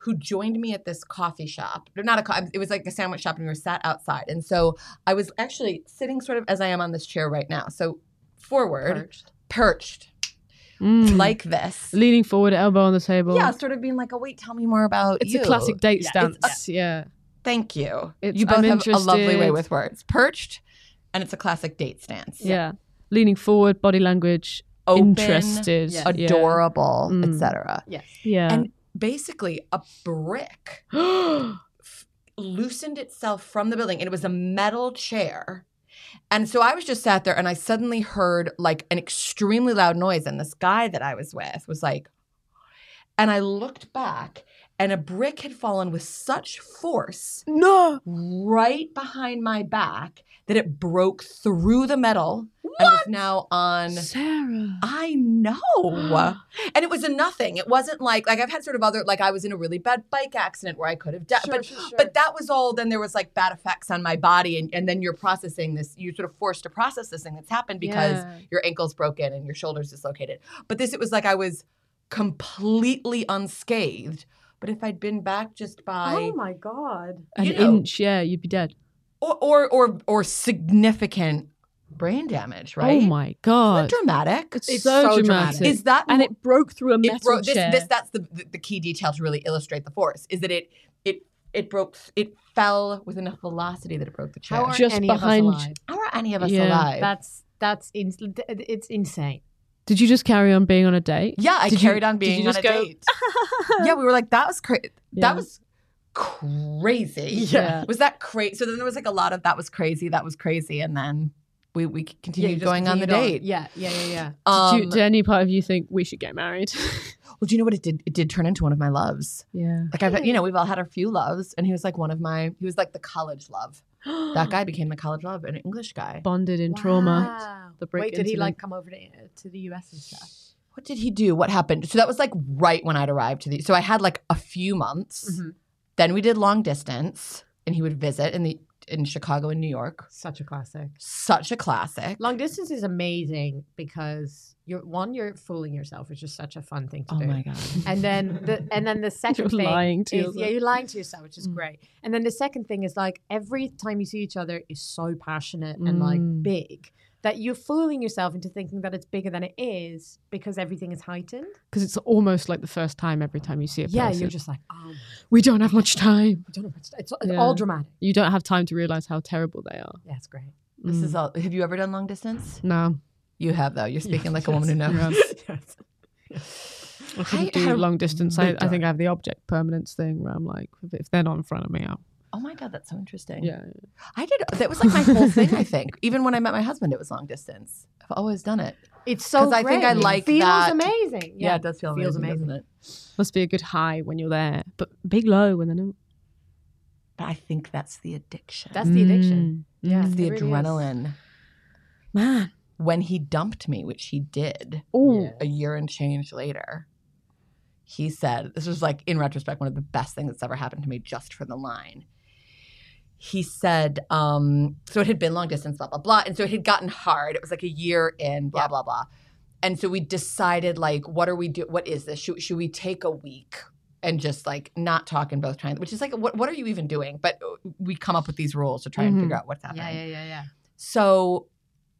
Speaker 6: who joined me at this coffee shop No, not a co- it was like a sandwich shop and we were sat outside and so i was actually sitting sort of as i am on this chair right now so forward
Speaker 3: Perched.
Speaker 6: perched,
Speaker 1: Mm.
Speaker 6: like this
Speaker 1: leaning forward, elbow on the table.
Speaker 6: yeah sort of being like oh wait tell me more about
Speaker 1: it's
Speaker 6: you."
Speaker 1: a classic date
Speaker 3: Yeah,
Speaker 1: stance.
Speaker 3: it's-
Speaker 1: yeah,
Speaker 6: thank you
Speaker 1: It's,
Speaker 6: you both
Speaker 1: "I'm
Speaker 6: have a lovely way
Speaker 1: interested."
Speaker 6: with words perched and it's a classic date stance
Speaker 1: yeah, Leaning forward, body language,
Speaker 6: open,
Speaker 1: interested,
Speaker 3: yeah.
Speaker 1: yeah.
Speaker 6: adorable,
Speaker 1: Mm.
Speaker 6: etc.
Speaker 3: yes
Speaker 1: Yeah.
Speaker 6: And basically, a brick loosened itself from the building, and it was a metal chair. And so I was just sat there, and I suddenly heard like an extremely loud noise, and this guy that I was with was like, and I looked back. and a brick had fallen with such force
Speaker 1: No.
Speaker 6: right behind my back that it broke through the metal and was now on
Speaker 1: Sarah.
Speaker 6: I know. and it was a nothing. It wasn't like like I've had sort of other like I was in a really bad bike accident where I could have died.
Speaker 3: Sure,
Speaker 6: but
Speaker 3: sure, sure.
Speaker 6: but that was all then there was like bad effects on my body and, and then you're processing this, you're sort of forced to process this thing that's happened because
Speaker 1: Yeah.
Speaker 6: your ankle's broken and your shoulder's dislocated. But this it was like I was completely unscathed. But if I'd been back just by
Speaker 3: oh my god.
Speaker 1: An
Speaker 6: you know-
Speaker 1: inch, yeah, you'd be dead.
Speaker 6: or, or or or significant brain damage, right?
Speaker 1: Oh my
Speaker 6: Isn't
Speaker 1: god.
Speaker 6: that dramatic.
Speaker 1: It's so,
Speaker 3: so
Speaker 1: dramatic.
Speaker 3: dramatic.
Speaker 6: Is that
Speaker 1: and
Speaker 6: mo-
Speaker 1: it broke through a metal
Speaker 6: it broke this,
Speaker 1: chair.
Speaker 6: this that's the, the the key detail to really illustrate the force is that it it it broke it fell with enough velocity that it broke the chair
Speaker 3: How are
Speaker 1: Just
Speaker 3: any
Speaker 1: behind-
Speaker 3: of us alive?
Speaker 6: How are any of us
Speaker 1: Yeah,
Speaker 6: alive
Speaker 3: That's that's in, it's insane.
Speaker 1: Did you just carry on being on a date?
Speaker 6: yeah i
Speaker 1: Did you-
Speaker 6: carried on
Speaker 1: did you
Speaker 6: being on
Speaker 1: just
Speaker 6: a
Speaker 1: go,
Speaker 6: date yeah we were like that was crazy
Speaker 1: Yeah.
Speaker 6: that was crazy
Speaker 1: Yeah.
Speaker 6: was that crazy so then there was like a lot of that was crazy that was crazy and then we we
Speaker 3: you
Speaker 6: continued
Speaker 3: just
Speaker 6: going on the
Speaker 3: continued
Speaker 6: date
Speaker 3: Yeah, yeah, yeah, yeah.
Speaker 1: Did, you,
Speaker 6: Um,
Speaker 1: did any part of you think we should get married?
Speaker 6: well do you know what it did it did turn into one of my loves
Speaker 1: yeah.
Speaker 6: like i've you know we've all had our few loves and he was like one of my he was like the college love that guy became the college love an english guy
Speaker 1: Bonded in trauma.
Speaker 3: Wow.
Speaker 1: The brick
Speaker 3: Wait, did he
Speaker 1: incident.
Speaker 3: like come over to, uh, to the US and stuff?
Speaker 6: what did he do? What happened? So that was like right when I'd arrived to the. So I had like a few months.
Speaker 3: Mhm.
Speaker 6: Then we did long distance, and he would visit in the in Chicago and New York.
Speaker 3: Such a classic.
Speaker 6: Such a classic.
Speaker 3: Long distance is amazing because you're one, you're fooling yourself, which is such a fun thing to
Speaker 6: oh
Speaker 3: do.
Speaker 6: my god.
Speaker 3: And then the and then the 2nd
Speaker 1: You're
Speaker 3: thing
Speaker 1: lying to
Speaker 3: is
Speaker 1: yourself.
Speaker 3: yeah, you're lying to yourself, which is
Speaker 1: Mm.
Speaker 3: great. And then the second thing is like every time you see each other is so passionate and
Speaker 1: Mm.
Speaker 3: like big that you're fooling yourself into thinking that it's bigger than it is because everything is heightened.
Speaker 1: Because it's almost like the first time every time you see a person.
Speaker 3: Yeah, you're just like, oh,
Speaker 1: we don't have much time.
Speaker 3: I don't know. It's, it's
Speaker 1: Yeah.
Speaker 3: all dramatic.
Speaker 1: You don't have time to realize how terrible they are.
Speaker 3: Yeah, it's great.
Speaker 6: This
Speaker 1: Mm.
Speaker 6: is all. Have you ever done long distance?
Speaker 1: no.
Speaker 6: You have though. You're speaking like a woman who knows.
Speaker 3: Yes.
Speaker 1: I
Speaker 6: I
Speaker 1: couldn't do
Speaker 6: had a
Speaker 1: long distance. I, I
Speaker 6: radar.
Speaker 1: think I have the object permanence thing where I'm like, if- if they're not in front of me, I'll.
Speaker 6: Oh my god, that's so interesting.
Speaker 1: Yeah.
Speaker 6: I did. That was like my whole thing. I think even when I met my husband, it was long distance. I've always done it.
Speaker 3: It's so
Speaker 6: 'Cause
Speaker 3: great.
Speaker 6: I think I like
Speaker 3: it feels
Speaker 6: that.
Speaker 3: amazing. Yeah.
Speaker 6: it does feel
Speaker 3: Feels amazing.
Speaker 6: doesn't it?
Speaker 1: Must be a good high when you're there, but big low when they're not.
Speaker 6: But I think that's the addiction.
Speaker 3: That's the addiction.
Speaker 1: Mm.
Speaker 3: Yeah.
Speaker 6: It's the
Speaker 3: it really is.
Speaker 6: adrenaline.
Speaker 1: Man.
Speaker 6: when he dumped me, which he did
Speaker 1: Oh.
Speaker 6: a year and change later, he said, This was like in retrospect, one of the best things that's ever happened to me just for the line. He said, um, so it had been long distance, blah, blah, blah. And so it had gotten hard. It was like a year in, blah, blah, blah. And so we decided, like, what are we do? What is this? Should, should we take a week and just like not talk in both times? Which is like, what, what are you even doing? But uh, we come up with these rules to try and
Speaker 1: Mhm.
Speaker 6: figure out what's happening.
Speaker 3: Mm-hmm. Yeah, yeah, yeah, yeah.
Speaker 6: So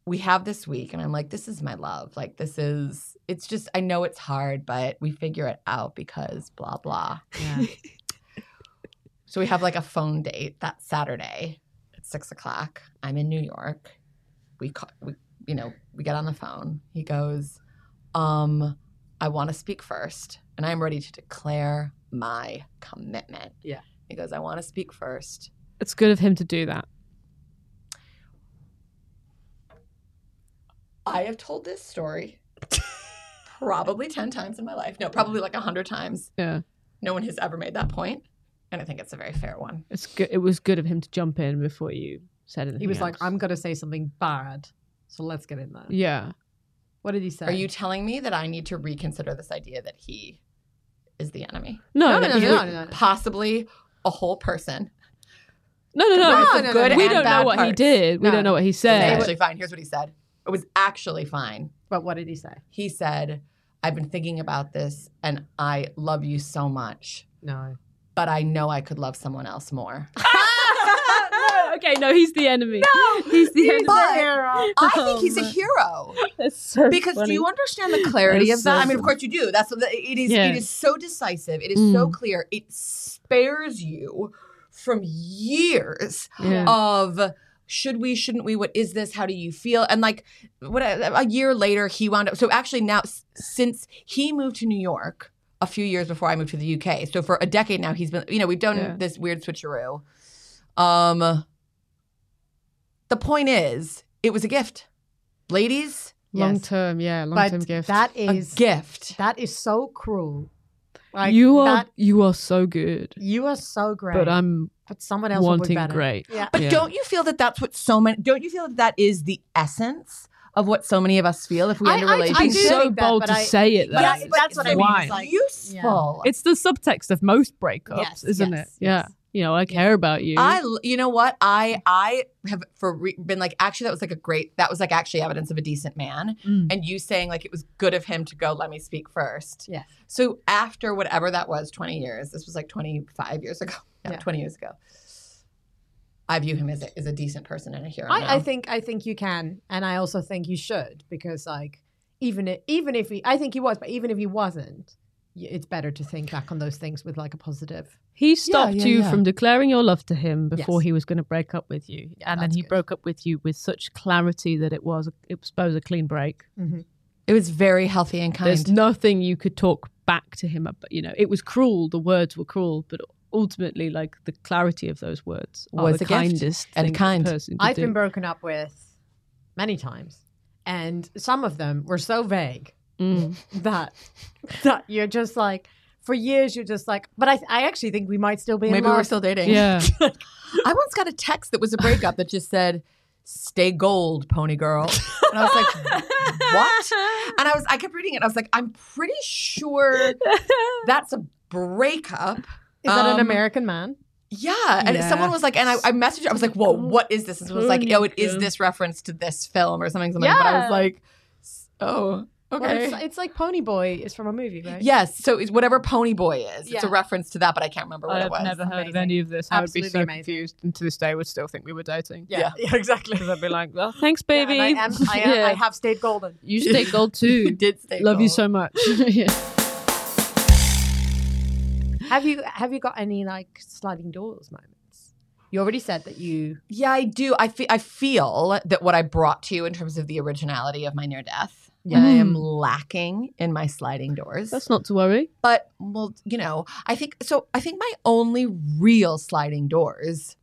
Speaker 6: we have this week, and I'm like, this is my love. Like, this is, it's just, I know it's hard, but we figure it out because blah, blah.
Speaker 3: yeah.
Speaker 6: So we have like a phone date that Saturday at six o'clock. I'm in New York. We, ca- we you know, we get on the phone. He goes, um, I want to speak first, and I'm ready to declare my commitment.
Speaker 3: Yeah.
Speaker 6: He goes, I want to speak first.
Speaker 1: It's good of him to do that.
Speaker 6: I have told this story probably 10 times in my life. No, probably like 100 times.
Speaker 1: Yeah.
Speaker 6: No one has ever made that point, and I think it's a very fair one.
Speaker 1: It's good. It was good of him to jump in before you said anything.
Speaker 3: He was like,
Speaker 1: else.
Speaker 3: I'm going to say something bad. So let's get in there.
Speaker 1: Yeah.
Speaker 3: What did he say?
Speaker 6: Are you telling me that I need to reconsider this idea that he is the enemy?
Speaker 1: No,
Speaker 3: No, no,
Speaker 1: no,
Speaker 3: no,
Speaker 1: you-
Speaker 3: no, no, no.
Speaker 6: Possibly a whole person.
Speaker 1: no, no, no.
Speaker 6: Lots of
Speaker 3: no, no,
Speaker 6: good
Speaker 3: no.
Speaker 1: we
Speaker 6: and
Speaker 1: don't
Speaker 6: bad
Speaker 1: know what he
Speaker 6: parts.
Speaker 1: did. We
Speaker 3: No.
Speaker 1: don't know what he
Speaker 6: It was
Speaker 1: said.
Speaker 6: actually fine. Here's what he said. It was actually fine.
Speaker 3: But what did he say?
Speaker 6: He said, "I've been thinking about this, and I love you so much,
Speaker 3: No.
Speaker 6: but I know I could love someone else more."
Speaker 1: no, okay, no, he's the enemy. No, he's the enemy.
Speaker 6: But I think
Speaker 1: Oh,
Speaker 3: Um,
Speaker 6: he's a
Speaker 1: my-
Speaker 6: hero.
Speaker 1: That's so
Speaker 6: because do
Speaker 1: funny.
Speaker 6: you understand the clarity
Speaker 1: That's
Speaker 6: of that?
Speaker 1: so
Speaker 6: I mean, of
Speaker 1: funny.
Speaker 6: course you do. That's what the, it is.
Speaker 1: Yeah.
Speaker 6: It is so decisive. It is so
Speaker 1: Mm.
Speaker 6: clear. It spares you from years
Speaker 1: Yeah.
Speaker 6: of should we, shouldn't we? What is this? How do you feel? And like, what a year later, he wound up. So actually, now s- since he moved to New York a few years before I moved to the UK, so for a decade now, he's been. You know, we've done
Speaker 1: Yeah.
Speaker 6: this weird switcheroo. Um, the point is, it was a gift, ladies
Speaker 1: long term, yeah, long
Speaker 3: But
Speaker 1: term gift.
Speaker 3: that is
Speaker 6: a gift.
Speaker 3: that is so cruel Like
Speaker 1: you are
Speaker 3: that-
Speaker 1: you are so good,
Speaker 3: you are so great.
Speaker 1: but I'm
Speaker 3: but someone else will be
Speaker 1: wanting
Speaker 3: better.
Speaker 1: great.
Speaker 3: Yeah.
Speaker 6: But
Speaker 1: Yeah.
Speaker 6: don't you feel that that's what so many? Don't you feel that that is the essence of what so many of us feel if we
Speaker 3: I-
Speaker 6: end a
Speaker 3: I- I
Speaker 6: relationship?
Speaker 3: do
Speaker 1: so
Speaker 3: think that,
Speaker 1: bold
Speaker 3: but
Speaker 1: to
Speaker 3: I-
Speaker 1: say it. Though.
Speaker 3: Yeah, that's what I mean.
Speaker 1: Why?
Speaker 3: It's like,
Speaker 6: useful.
Speaker 1: It's the subtext of most breakups,
Speaker 3: Yes,
Speaker 1: isn't
Speaker 3: yes,
Speaker 1: it? Yeah.
Speaker 3: yes.
Speaker 1: You know, I care about you.
Speaker 6: I, l- you know what? I, I have for re- been like, actually, that was like a great. That was like actually evidence of a decent man.
Speaker 1: Mm.
Speaker 6: And you saying like it was good of him to go. Let me speak first.
Speaker 3: Yes.
Speaker 6: So after whatever that was, twenty years. This was like twenty five years ago. No,
Speaker 3: Yeah.
Speaker 6: twenty years ago. I view him as a, as a decent person and a hero. now.
Speaker 3: I, I think I think you can, and I also think you should because like even if, even if he, I think he was, but even if he wasn't, y- it's better to think back on those things with like a positive.
Speaker 1: He stopped
Speaker 6: yeah,
Speaker 1: you
Speaker 6: yeah.
Speaker 1: from declaring your love to him before
Speaker 3: Yes.
Speaker 1: he was going to break up with you, and then
Speaker 6: that's
Speaker 1: he
Speaker 6: good.
Speaker 1: broke up with you with such clarity that it was it was, I suppose a clean break.
Speaker 6: it was very healthy and kind.
Speaker 1: There's nothing you could talk back to him about. You know, it was cruel. The words were cruel, but ultimately, like the clarity of those words are
Speaker 6: Was
Speaker 1: the
Speaker 6: a gift
Speaker 1: kindest
Speaker 6: and
Speaker 1: thing
Speaker 6: kind.
Speaker 1: A person could
Speaker 3: I've
Speaker 1: do.
Speaker 3: been broken up with many times, and some of them were so vague
Speaker 1: Mm.
Speaker 3: that that you're just like for years you're just like. But I I actually think we might still be in
Speaker 6: Maybe
Speaker 3: love.
Speaker 6: we're still dating.
Speaker 1: Yeah.
Speaker 6: I once got a text that was a breakup that just said, "Stay gold, pony girl," and I was like, "What?" And I was, I kept reading it. and I was like, "I'm pretty sure that's a breakup."
Speaker 3: Is that an
Speaker 6: Um,
Speaker 3: American man?
Speaker 6: Yeah, and
Speaker 1: Yeah.
Speaker 6: someone was like, and I, I messaged. her. I was like, "Whoa, what is this?" And someone was like,
Speaker 1: Pony
Speaker 6: "Oh, it is
Speaker 1: girl.
Speaker 6: this reference to this film or something." something. But I
Speaker 3: Yeah.
Speaker 6: was like, "Oh,
Speaker 3: Well,
Speaker 6: okay."
Speaker 3: it's, it's like Pony Boy is from a movie, right?
Speaker 6: yes, so it's whatever Pony Boy is. It's
Speaker 3: Yeah.
Speaker 6: a reference to that, but I can't remember what
Speaker 1: I
Speaker 6: it
Speaker 1: have
Speaker 6: was.
Speaker 1: never heard of
Speaker 3: Amazing.
Speaker 1: any of this. I would be so
Speaker 3: Absolutely amazing.
Speaker 1: confused, and to this day, would still think we were dating.
Speaker 3: Yeah, yeah, exactly.
Speaker 1: because I'd be like, well, "Thanks, baby.
Speaker 3: Yeah, and I, am, I, am, I have stayed golden.
Speaker 1: you stay gold too.
Speaker 6: You did stay
Speaker 1: Love you
Speaker 6: gold.
Speaker 1: so much." Yeah.
Speaker 3: Have you have you got any like sliding doors moments? You already said that you
Speaker 6: Yeah, I do. I fe- I feel that what I brought to you in terms of the originality of my near death,
Speaker 3: Yeah.
Speaker 6: I am
Speaker 1: Mm.
Speaker 6: lacking in my sliding doors.
Speaker 1: That's not to worry.
Speaker 6: but well, you know, I think so. I think my only real sliding doors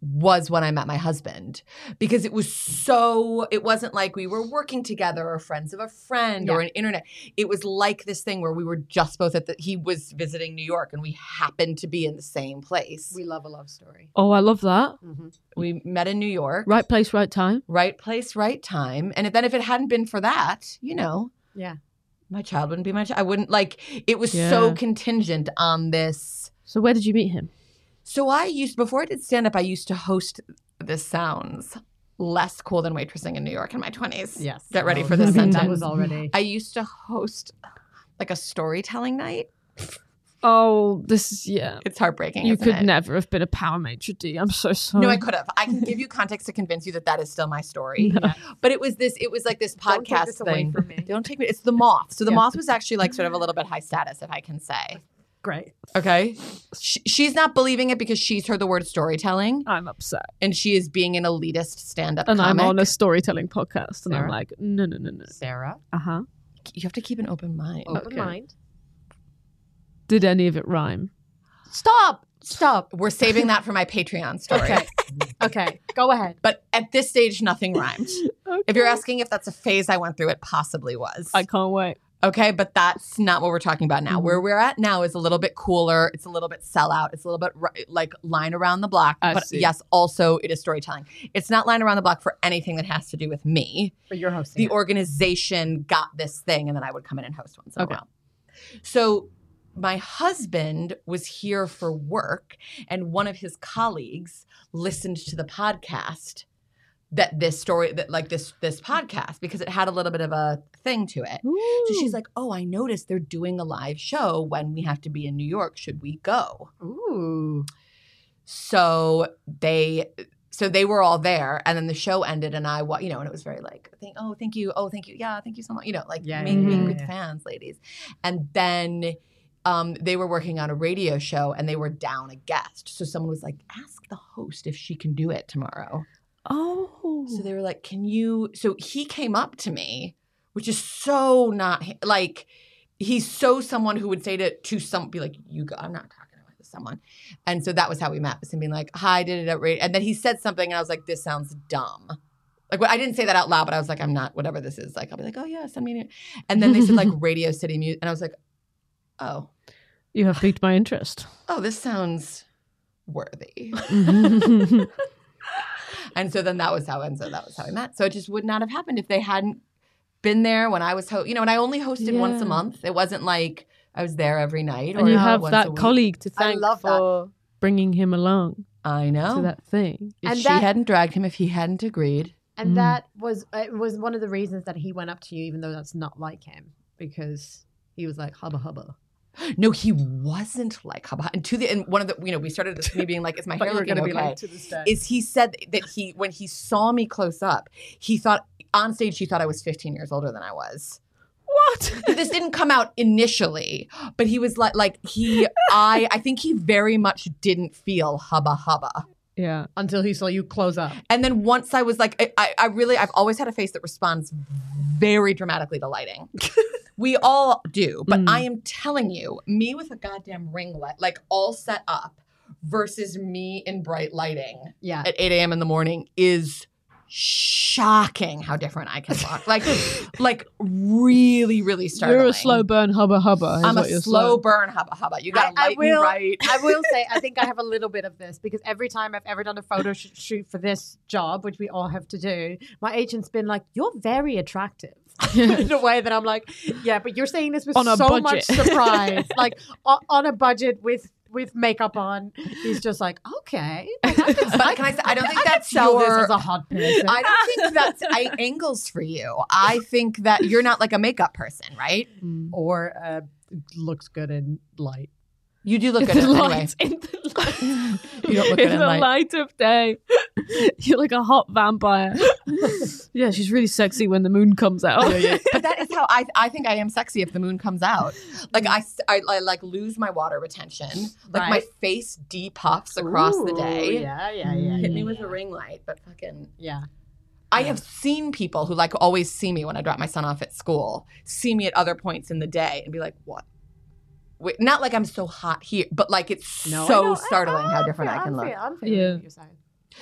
Speaker 6: was when I met my husband because it was so. It wasn't like we were working together or friends of a friend or
Speaker 3: Yeah.
Speaker 6: an internet. It was like this thing where we were just both at the. He was visiting New York, and we happened to be in the same place.
Speaker 3: we love a love story.
Speaker 1: Oh, I love that.
Speaker 6: We, met in New York,
Speaker 1: Right place, right time.
Speaker 6: right place, right time. And then if it hadn't been for that, you know,
Speaker 3: Yeah.
Speaker 6: my child wouldn't be my child. I wouldn't like it was
Speaker 1: Yeah.
Speaker 6: so contingent on this.
Speaker 1: So, where did you meet him?
Speaker 6: So I used before I did stand up, I used to host this sounds less cool than waitressing in New York in my 20s.
Speaker 3: Yes.
Speaker 6: Get ready
Speaker 3: Oh,
Speaker 6: for this
Speaker 3: I mean, that
Speaker 6: sentence.
Speaker 3: was already
Speaker 6: I used to host like a storytelling night.
Speaker 1: Oh, this is yeah.
Speaker 6: It's heartbreaking.
Speaker 1: You
Speaker 6: isn't
Speaker 1: could
Speaker 6: it?
Speaker 1: never have been a power maitre D. I'm so sorry.
Speaker 6: No, I could have. I can give you context to convince you that that is still my story. But it was this. It was like this
Speaker 3: Don't
Speaker 6: podcast
Speaker 3: take this away
Speaker 6: thing.
Speaker 3: from me.
Speaker 6: Don't take me. It's the moth. So the
Speaker 3: Yeah.
Speaker 6: moth was actually like sort of a little bit high status, if I can say.
Speaker 3: great.
Speaker 6: Okay, she, she's not believing it because she's heard the word storytelling,
Speaker 1: I'm upset,
Speaker 6: and she is being an elitist stand-up.
Speaker 1: and
Speaker 6: comic.
Speaker 1: I'm on a storytelling podcast, and I'm
Speaker 6: Sarah? Uh-huh.
Speaker 1: like, no, no, no, no.
Speaker 6: Sarah.
Speaker 1: Uh huh.
Speaker 6: You have to keep an open mind.
Speaker 3: Open mind.
Speaker 1: Did any of it rhyme?
Speaker 3: Stop. Stop.
Speaker 6: We're saving that for my Patreon story.
Speaker 3: Okay. okay. Go ahead.
Speaker 6: But at this stage, nothing rhymed.
Speaker 1: Okay.
Speaker 6: If you're asking if that's a phase I went through, it possibly was.
Speaker 1: I can't wait.
Speaker 6: Okay, but that's not what we're talking about now.
Speaker 3: Mm-hmm.
Speaker 6: Where we're at now is a little bit cooler. It's a little bit sellout. It's a little bit ri- like line around the block.
Speaker 1: I
Speaker 6: but
Speaker 1: see.
Speaker 6: yes, also it is storytelling. It's not line around the block for anything that has to do with me.
Speaker 3: But you're hosting.
Speaker 6: The
Speaker 3: it.
Speaker 6: organization got this thing, and then I would come in and host once in
Speaker 1: Okay.
Speaker 6: a while. So my husband was here for work, and one of his colleagues listened to the podcast that this story that like this this podcast because it had a little bit of a thing to it. So she's like, "Oh, I noticed they're doing a live show when we have to be in New York. Should we go?"
Speaker 3: Ooh.
Speaker 6: So they so they were all there and then the show ended and I wa- you know and it was very like thank, oh thank you oh thank you yeah thank you so much you know like
Speaker 3: Yeah,
Speaker 6: meet,
Speaker 1: yeah,
Speaker 6: meet
Speaker 1: yeah,
Speaker 6: with
Speaker 3: yeah.
Speaker 6: fans ladies and then um, they were working on a radio show and they were down a guest so someone was like ask the host if she can do it tomorrow
Speaker 1: oh,
Speaker 6: so they were like, "Can you?" So he came up to me, which is so not hi- like he's so someone who would say to to some be like, "You go, I'm not talking about this someone," and so that was how we met. Was him being like, "Hi, did it at radio?" And then he said something, and I was like, "This sounds dumb." Like well, I didn't say that out loud, but I was like, "I'm not whatever e-" this is." Like I'll be like, "Oh yeah, send me." An-. And then they said like Radio City Music, and I was like, "Oh."
Speaker 1: You have piqued my interest.
Speaker 6: oh, this sounds worthy. and so then that was how and so that was how we met. So it just would not have happened if they hadn't been there when I was ho- you know, and I only hosted once a
Speaker 1: Yeah.
Speaker 6: month. It wasn't like I was there every night.
Speaker 1: and
Speaker 6: or uh,
Speaker 1: you have
Speaker 6: once a
Speaker 1: that
Speaker 6: week.
Speaker 1: colleague to
Speaker 3: I
Speaker 1: thank
Speaker 3: love that.
Speaker 1: for bringing him along
Speaker 6: I know.
Speaker 1: to that thing.
Speaker 6: If
Speaker 3: And
Speaker 6: she
Speaker 3: that-
Speaker 6: hadn't dragged him, if he hadn't agreed,
Speaker 3: And
Speaker 1: Mm.
Speaker 3: that was it was one of the reasons that he went up to you, even though that's not like him, because he was like hubba hubba.
Speaker 6: no, he wasn't like Hubba. And to the and one of the you know we started this me being like, is my hair looking okay?
Speaker 3: to this day.
Speaker 6: is he said that he when he saw me close up, he thought on stage he thought I was 15 years older than I was. What? this didn't come out initially, but he was like like he I I think he very much didn't feel hubba hubba.
Speaker 1: Yeah.
Speaker 3: until he saw you close up.
Speaker 6: And then once I was like I I, I really I've always had a face that responds very dramatically to lighting. We all do, but
Speaker 1: Mm.
Speaker 6: I am telling you, me with a goddamn ring light, like all set up, versus me in bright lighting
Speaker 3: Yeah.
Speaker 6: at 8 a.m. in the morning is shocking how different I can look. Like, like really, really startling.
Speaker 1: You're a slow burn hubba hubba. is
Speaker 6: I'm a
Speaker 1: what you're
Speaker 6: slow
Speaker 1: saying.
Speaker 6: burn hubba hubba. You
Speaker 3: I-
Speaker 6: gotta
Speaker 3: I
Speaker 6: light
Speaker 3: will-
Speaker 6: me right.
Speaker 3: I will say, I think I have a little bit of this because every time I've ever done a photo sh- shoot for this job, which we all have to do, my agent's been like, "You're very attractive." in a way that I'm like, yeah, but you're saying this with
Speaker 1: On a
Speaker 3: so
Speaker 1: budget."
Speaker 3: much surprise, like on, on a budget with with makeup on. He's just like, okay, like, I can,
Speaker 6: But can I say, I don't think that's
Speaker 3: sell
Speaker 6: your.
Speaker 3: this as a hot person.
Speaker 6: I don't think that's I, angles for you. I think that you're not like a makeup person, right?
Speaker 1: Mm.
Speaker 3: or uh, looks good in light.
Speaker 6: You do look good
Speaker 1: the
Speaker 6: in anyway.
Speaker 1: light, in the light,
Speaker 6: You don't look good
Speaker 1: in
Speaker 6: in
Speaker 1: the
Speaker 6: light.
Speaker 1: light of day. You're like a hot vampire. yeah, she's really sexy when the moon comes out.
Speaker 6: but that is how I, I think I am sexy if the moon comes out. Like I, s- I- I, like lose my water retention. Like my
Speaker 3: Right.
Speaker 6: face depuffs across the day.
Speaker 3: Yeah, yeah, yeah.
Speaker 6: Hit
Speaker 3: yeah,
Speaker 6: me with
Speaker 3: yeah.
Speaker 6: a ring light, but fucking.
Speaker 3: Mm. Yeah.
Speaker 6: I have seen people who like always see me when I drop my son off at school, see me at other points in the day, and be like, "What?" Wait, not like I'm so hot here, but like it's
Speaker 3: No, I know.
Speaker 6: so
Speaker 3: I-
Speaker 6: startling how different I
Speaker 3: I'm
Speaker 6: can look.
Speaker 3: fe- I'm feeling
Speaker 1: Yeah.
Speaker 3: what you're saying.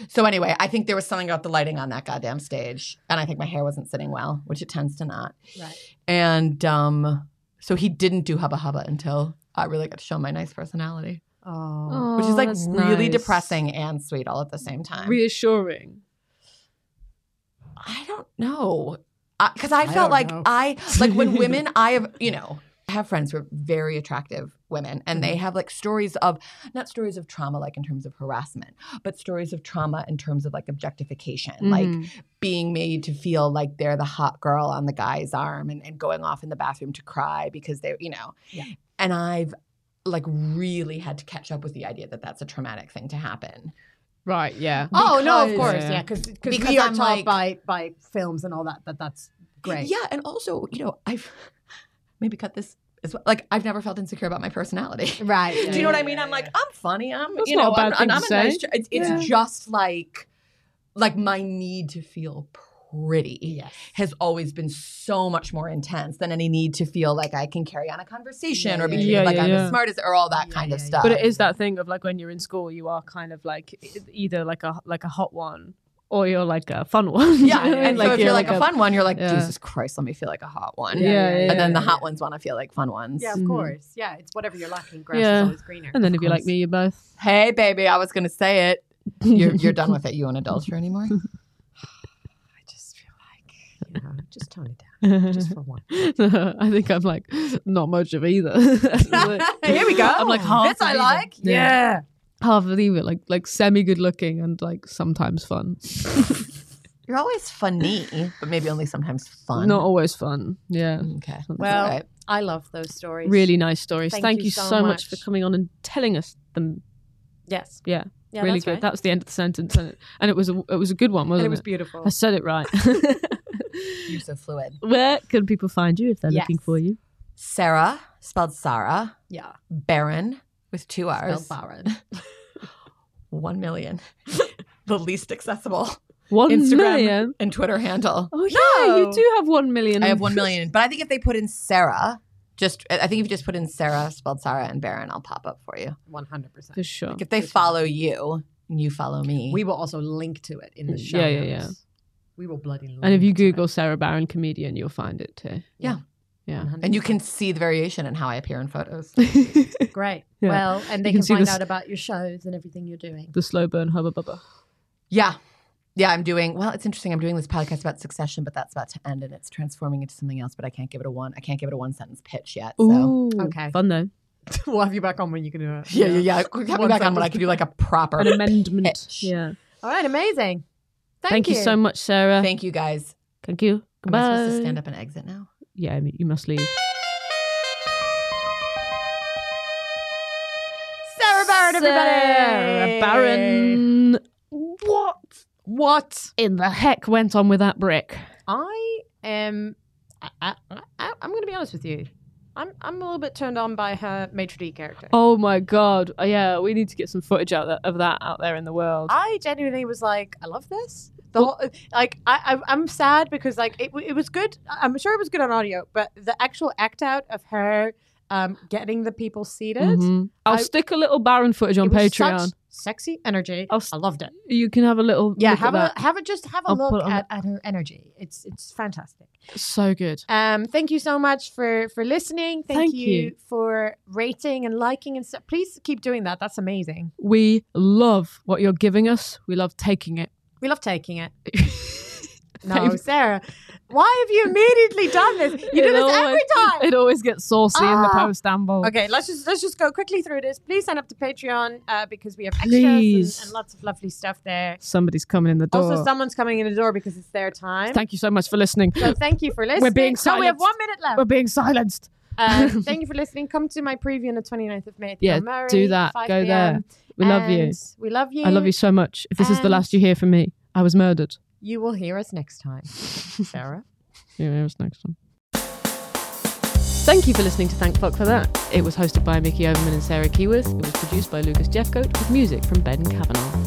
Speaker 6: So anyway, I think there was something about the lighting on that goddamn stage, and I think my hair wasn't sitting well, which it tends to not.
Speaker 3: Right.
Speaker 6: And um, so he didn't do hubba hubba until I really got to show my nice personality,
Speaker 3: Oh.
Speaker 6: which is like
Speaker 1: that's
Speaker 6: really
Speaker 1: nice.
Speaker 6: depressing and sweet all at the same time.
Speaker 1: Reassuring.
Speaker 6: I don't know, because I,
Speaker 3: I
Speaker 6: felt
Speaker 3: don't
Speaker 6: like
Speaker 3: know.
Speaker 6: I like when women I have you know I have friends who are very attractive women, and
Speaker 3: Mm-hmm.
Speaker 6: they have like stories of not stories of trauma like in terms of harassment, but stories of trauma in terms of like objectification, like
Speaker 3: Mm-hmm.
Speaker 6: being made to feel like they're the hot girl on the guy's arm and, and going off in the bathroom to cry because they're, you know.
Speaker 3: Yeah.
Speaker 6: And I've like really had to catch up with the idea that that's a traumatic thing to happen.
Speaker 1: Right, yeah.
Speaker 6: Ah!
Speaker 3: Oh no, of
Speaker 6: Because-
Speaker 3: course,
Speaker 1: Yeah.
Speaker 3: yeah, because
Speaker 6: Because
Speaker 3: we are
Speaker 6: I'm
Speaker 3: taught
Speaker 6: like-
Speaker 3: by by films and all that that that's great.
Speaker 6: Yeah. And also, you know, I've maybe cut this as well. Like, I've never felt insecure about my personality.
Speaker 3: right.
Speaker 6: Do you know what I mean? I'm like, I'm funny. I'm,
Speaker 1: That's
Speaker 6: you
Speaker 1: not
Speaker 6: know,
Speaker 1: a bad
Speaker 6: I'm,
Speaker 1: thing
Speaker 6: and
Speaker 1: to
Speaker 6: I'm
Speaker 1: say.
Speaker 6: a nice, it's,
Speaker 1: Yeah.
Speaker 6: it's just like, like my need to feel pretty.
Speaker 3: Yes.
Speaker 6: has always been so much more intense than any need to feel like I can carry on a conversation
Speaker 3: Yeah,
Speaker 6: or be
Speaker 3: yeah,
Speaker 6: treated
Speaker 1: yeah.
Speaker 6: like
Speaker 1: Yeah,
Speaker 6: I'm
Speaker 1: yeah, yeah.
Speaker 6: the smartest or all that
Speaker 3: Yeah,
Speaker 6: kind of
Speaker 3: yeah, yeah.
Speaker 6: stuff.
Speaker 1: But it is that thing of like when you're in school, you are kind of like e- either like a like a hot one or you're like a fun one.
Speaker 6: yeah,
Speaker 1: You know what I mean?
Speaker 6: and so if you're like a, fun one, you're like,
Speaker 1: yeah.
Speaker 6: Jesus Christ, let me feel like a hot one.
Speaker 1: Yeah, yeah,
Speaker 6: and then the
Speaker 1: yeah.
Speaker 6: hot ones want to feel like fun oones.
Speaker 3: Yeah, of
Speaker 1: Mhm.
Speaker 3: course. Yeah, it's whatever you're lacking. Grass
Speaker 1: Yeah.
Speaker 3: is always greener.
Speaker 1: And then if you're like me, you're both.
Speaker 6: Hey, baby, I was gonna say it. You're, you're done with it. You an adulterer anymore?
Speaker 3: I just feel like you know, just tone it down just
Speaker 1: I
Speaker 3: for one.
Speaker 1: think I'm like not much of either.
Speaker 6: Here we go.
Speaker 1: I'm like half.
Speaker 6: This I
Speaker 1: of either.
Speaker 6: like.
Speaker 1: Yeah. Half of either, like like semi good looking and like sometimes fun.
Speaker 6: You're always funny, but maybe only sometimes fun.
Speaker 1: Not always fun. Yeah.
Speaker 6: okay.
Speaker 3: Well,
Speaker 6: All right.
Speaker 3: I love those stories.
Speaker 1: Really nice stories.
Speaker 3: Thank
Speaker 1: Thank,
Speaker 3: you
Speaker 1: you,
Speaker 3: so
Speaker 1: so, much.
Speaker 3: much.
Speaker 1: for coming on and telling us them.
Speaker 3: Yes.
Speaker 1: Yeah.
Speaker 3: Yeah,
Speaker 1: really
Speaker 3: that's
Speaker 1: good.
Speaker 3: right.
Speaker 1: That was the end of the sentence, and it, and it was a, it was a good one,
Speaker 3: and
Speaker 1: wasn't
Speaker 3: it was beautiful.
Speaker 1: I said it right.
Speaker 6: you're so fluid.
Speaker 1: Where can people find you if they're
Speaker 3: Yes.
Speaker 1: looking for you?
Speaker 6: Sarah spelled Sarah
Speaker 3: Yeah.
Speaker 6: Baron with two R's.
Speaker 3: Spelled Baron.
Speaker 6: one million. the least accessible
Speaker 1: One
Speaker 6: Instagram
Speaker 1: million?
Speaker 6: and Twitter handle.
Speaker 1: Oh yeah, you do have one million.
Speaker 6: I have
Speaker 3: Mm-hmm.
Speaker 6: one million, but I think if they put in Sarah, just I think if you just put in Sarah, spelled Sarah and Baron, I'll pop up for you.
Speaker 3: One hundred percent.
Speaker 1: for sure.
Speaker 6: If they follow you and you follow me,
Speaker 3: We will also link to it in the show.
Speaker 1: Mm, Yeah, yeah, yeah.
Speaker 3: notes. We will bloody. Link
Speaker 1: And if you
Speaker 3: to it.
Speaker 1: Google Sarah Barron comedian, you'll find it too.
Speaker 6: Yeah.
Speaker 1: Yeah.
Speaker 6: And you can see the variation in how I appear in photos.
Speaker 3: Great.
Speaker 1: Yeah.
Speaker 3: Well, and they
Speaker 1: You can
Speaker 3: can,
Speaker 1: see
Speaker 3: find
Speaker 1: this-
Speaker 3: out about your shows and everything you're doing.
Speaker 1: the slow burn hubba bubba.
Speaker 6: Yeah. Yeah, I'm doing well. It's interesting. I'm doing this podcast about succession, but that's about to end and it's transforming into something else. But I can't give it a one. I can't give it a one sentence pitch yet. So
Speaker 3: okay.
Speaker 1: Fun though.
Speaker 3: we'll have you back on when you can do it.
Speaker 6: yeah, yeah, yeah. Have me
Speaker 3: One
Speaker 6: back on when
Speaker 3: sentence
Speaker 6: I can do like a proper.
Speaker 1: An amendment.
Speaker 6: pitch.
Speaker 1: Yeah.
Speaker 3: All right, amazing. Thank, Oh,
Speaker 1: Thank, you. so much, Sarah.
Speaker 6: Thank you guys.
Speaker 1: Thank you.
Speaker 6: Am
Speaker 1: Goodbye.
Speaker 6: I supposed to stand up and exit now?
Speaker 1: Yeah, I mean, you must leave.
Speaker 3: Sarah Barron,
Speaker 1: Sarah
Speaker 3: everybody.
Speaker 1: Barron. What
Speaker 3: What?
Speaker 1: in the heck went on with that brick?
Speaker 3: I am. I, I, I, I'm going to be honest with you. I'm I'm a little bit turned on by her maitre d character.
Speaker 1: Oh my god. Uh, Yeah, we need to get some footage out tha- of that out there in the world.
Speaker 3: I genuinely was like, I love this. The whole, uh, like, I, I, I'm sad because like it, w- it was good. I'm sure it was good on audio, but the actual act out of her um, getting the people seated,
Speaker 1: Mhm. I'll
Speaker 3: I-
Speaker 1: stick a little Baron footage on
Speaker 3: it was such
Speaker 1: Patreon.
Speaker 3: sexy energy.
Speaker 1: I'll s-
Speaker 3: I loved it.
Speaker 1: You can have a little.
Speaker 3: Yeah,
Speaker 1: look at
Speaker 3: have a
Speaker 1: that.
Speaker 3: have a just have a
Speaker 1: I'll put it
Speaker 3: look
Speaker 1: on
Speaker 3: at, at her energy. It's it's fantastic.
Speaker 1: So good.
Speaker 3: Um, thank you so much for for listening. Thank,
Speaker 1: Thank
Speaker 3: you,
Speaker 1: you.
Speaker 3: for rating and liking and stuff. Please keep doing that. That's amazing.
Speaker 1: We love what you're giving us. We love taking it.
Speaker 3: We love taking it. No,
Speaker 1: Thank-
Speaker 3: Sarah, why have you immediately done this? You do
Speaker 1: It
Speaker 3: this every
Speaker 1: always-
Speaker 3: time.
Speaker 1: It always gets saucy in the
Speaker 3: Ah!
Speaker 1: post amble.
Speaker 3: Okay, let's just let's just go quickly through this. Please sign up to Patreon uh, because we have extras
Speaker 1: Please.
Speaker 3: and, and lots of lovely stuff there.
Speaker 1: Somebody's coming in the door.
Speaker 3: Also, someone's coming in the door because it's their time.
Speaker 1: Thank you so much for listening.
Speaker 3: so thank you for listening.
Speaker 1: We're being
Speaker 3: so we have
Speaker 1: silenced.
Speaker 3: one minute left.
Speaker 1: We're being silenced.
Speaker 3: Um, thank you for listening. Come to my preview on the 29th of May. At the
Speaker 1: Yeah,
Speaker 3: Elmari,
Speaker 1: do that.
Speaker 3: 5
Speaker 1: Go
Speaker 3: p.m.
Speaker 1: there. We love you.
Speaker 3: And We love you.
Speaker 1: I love you so much. If this is the
Speaker 3: And-
Speaker 1: last you hear from me, I was murdered.
Speaker 3: You will hear us next time, Sarah.
Speaker 1: Yeah, it was next time. Thank you for listening to Thank Fuck for that. It was hosted by Mickey Overman and Sarah Keyworth. It was produced by Lucas Jeffcoat with music from Ben Cavanaugh.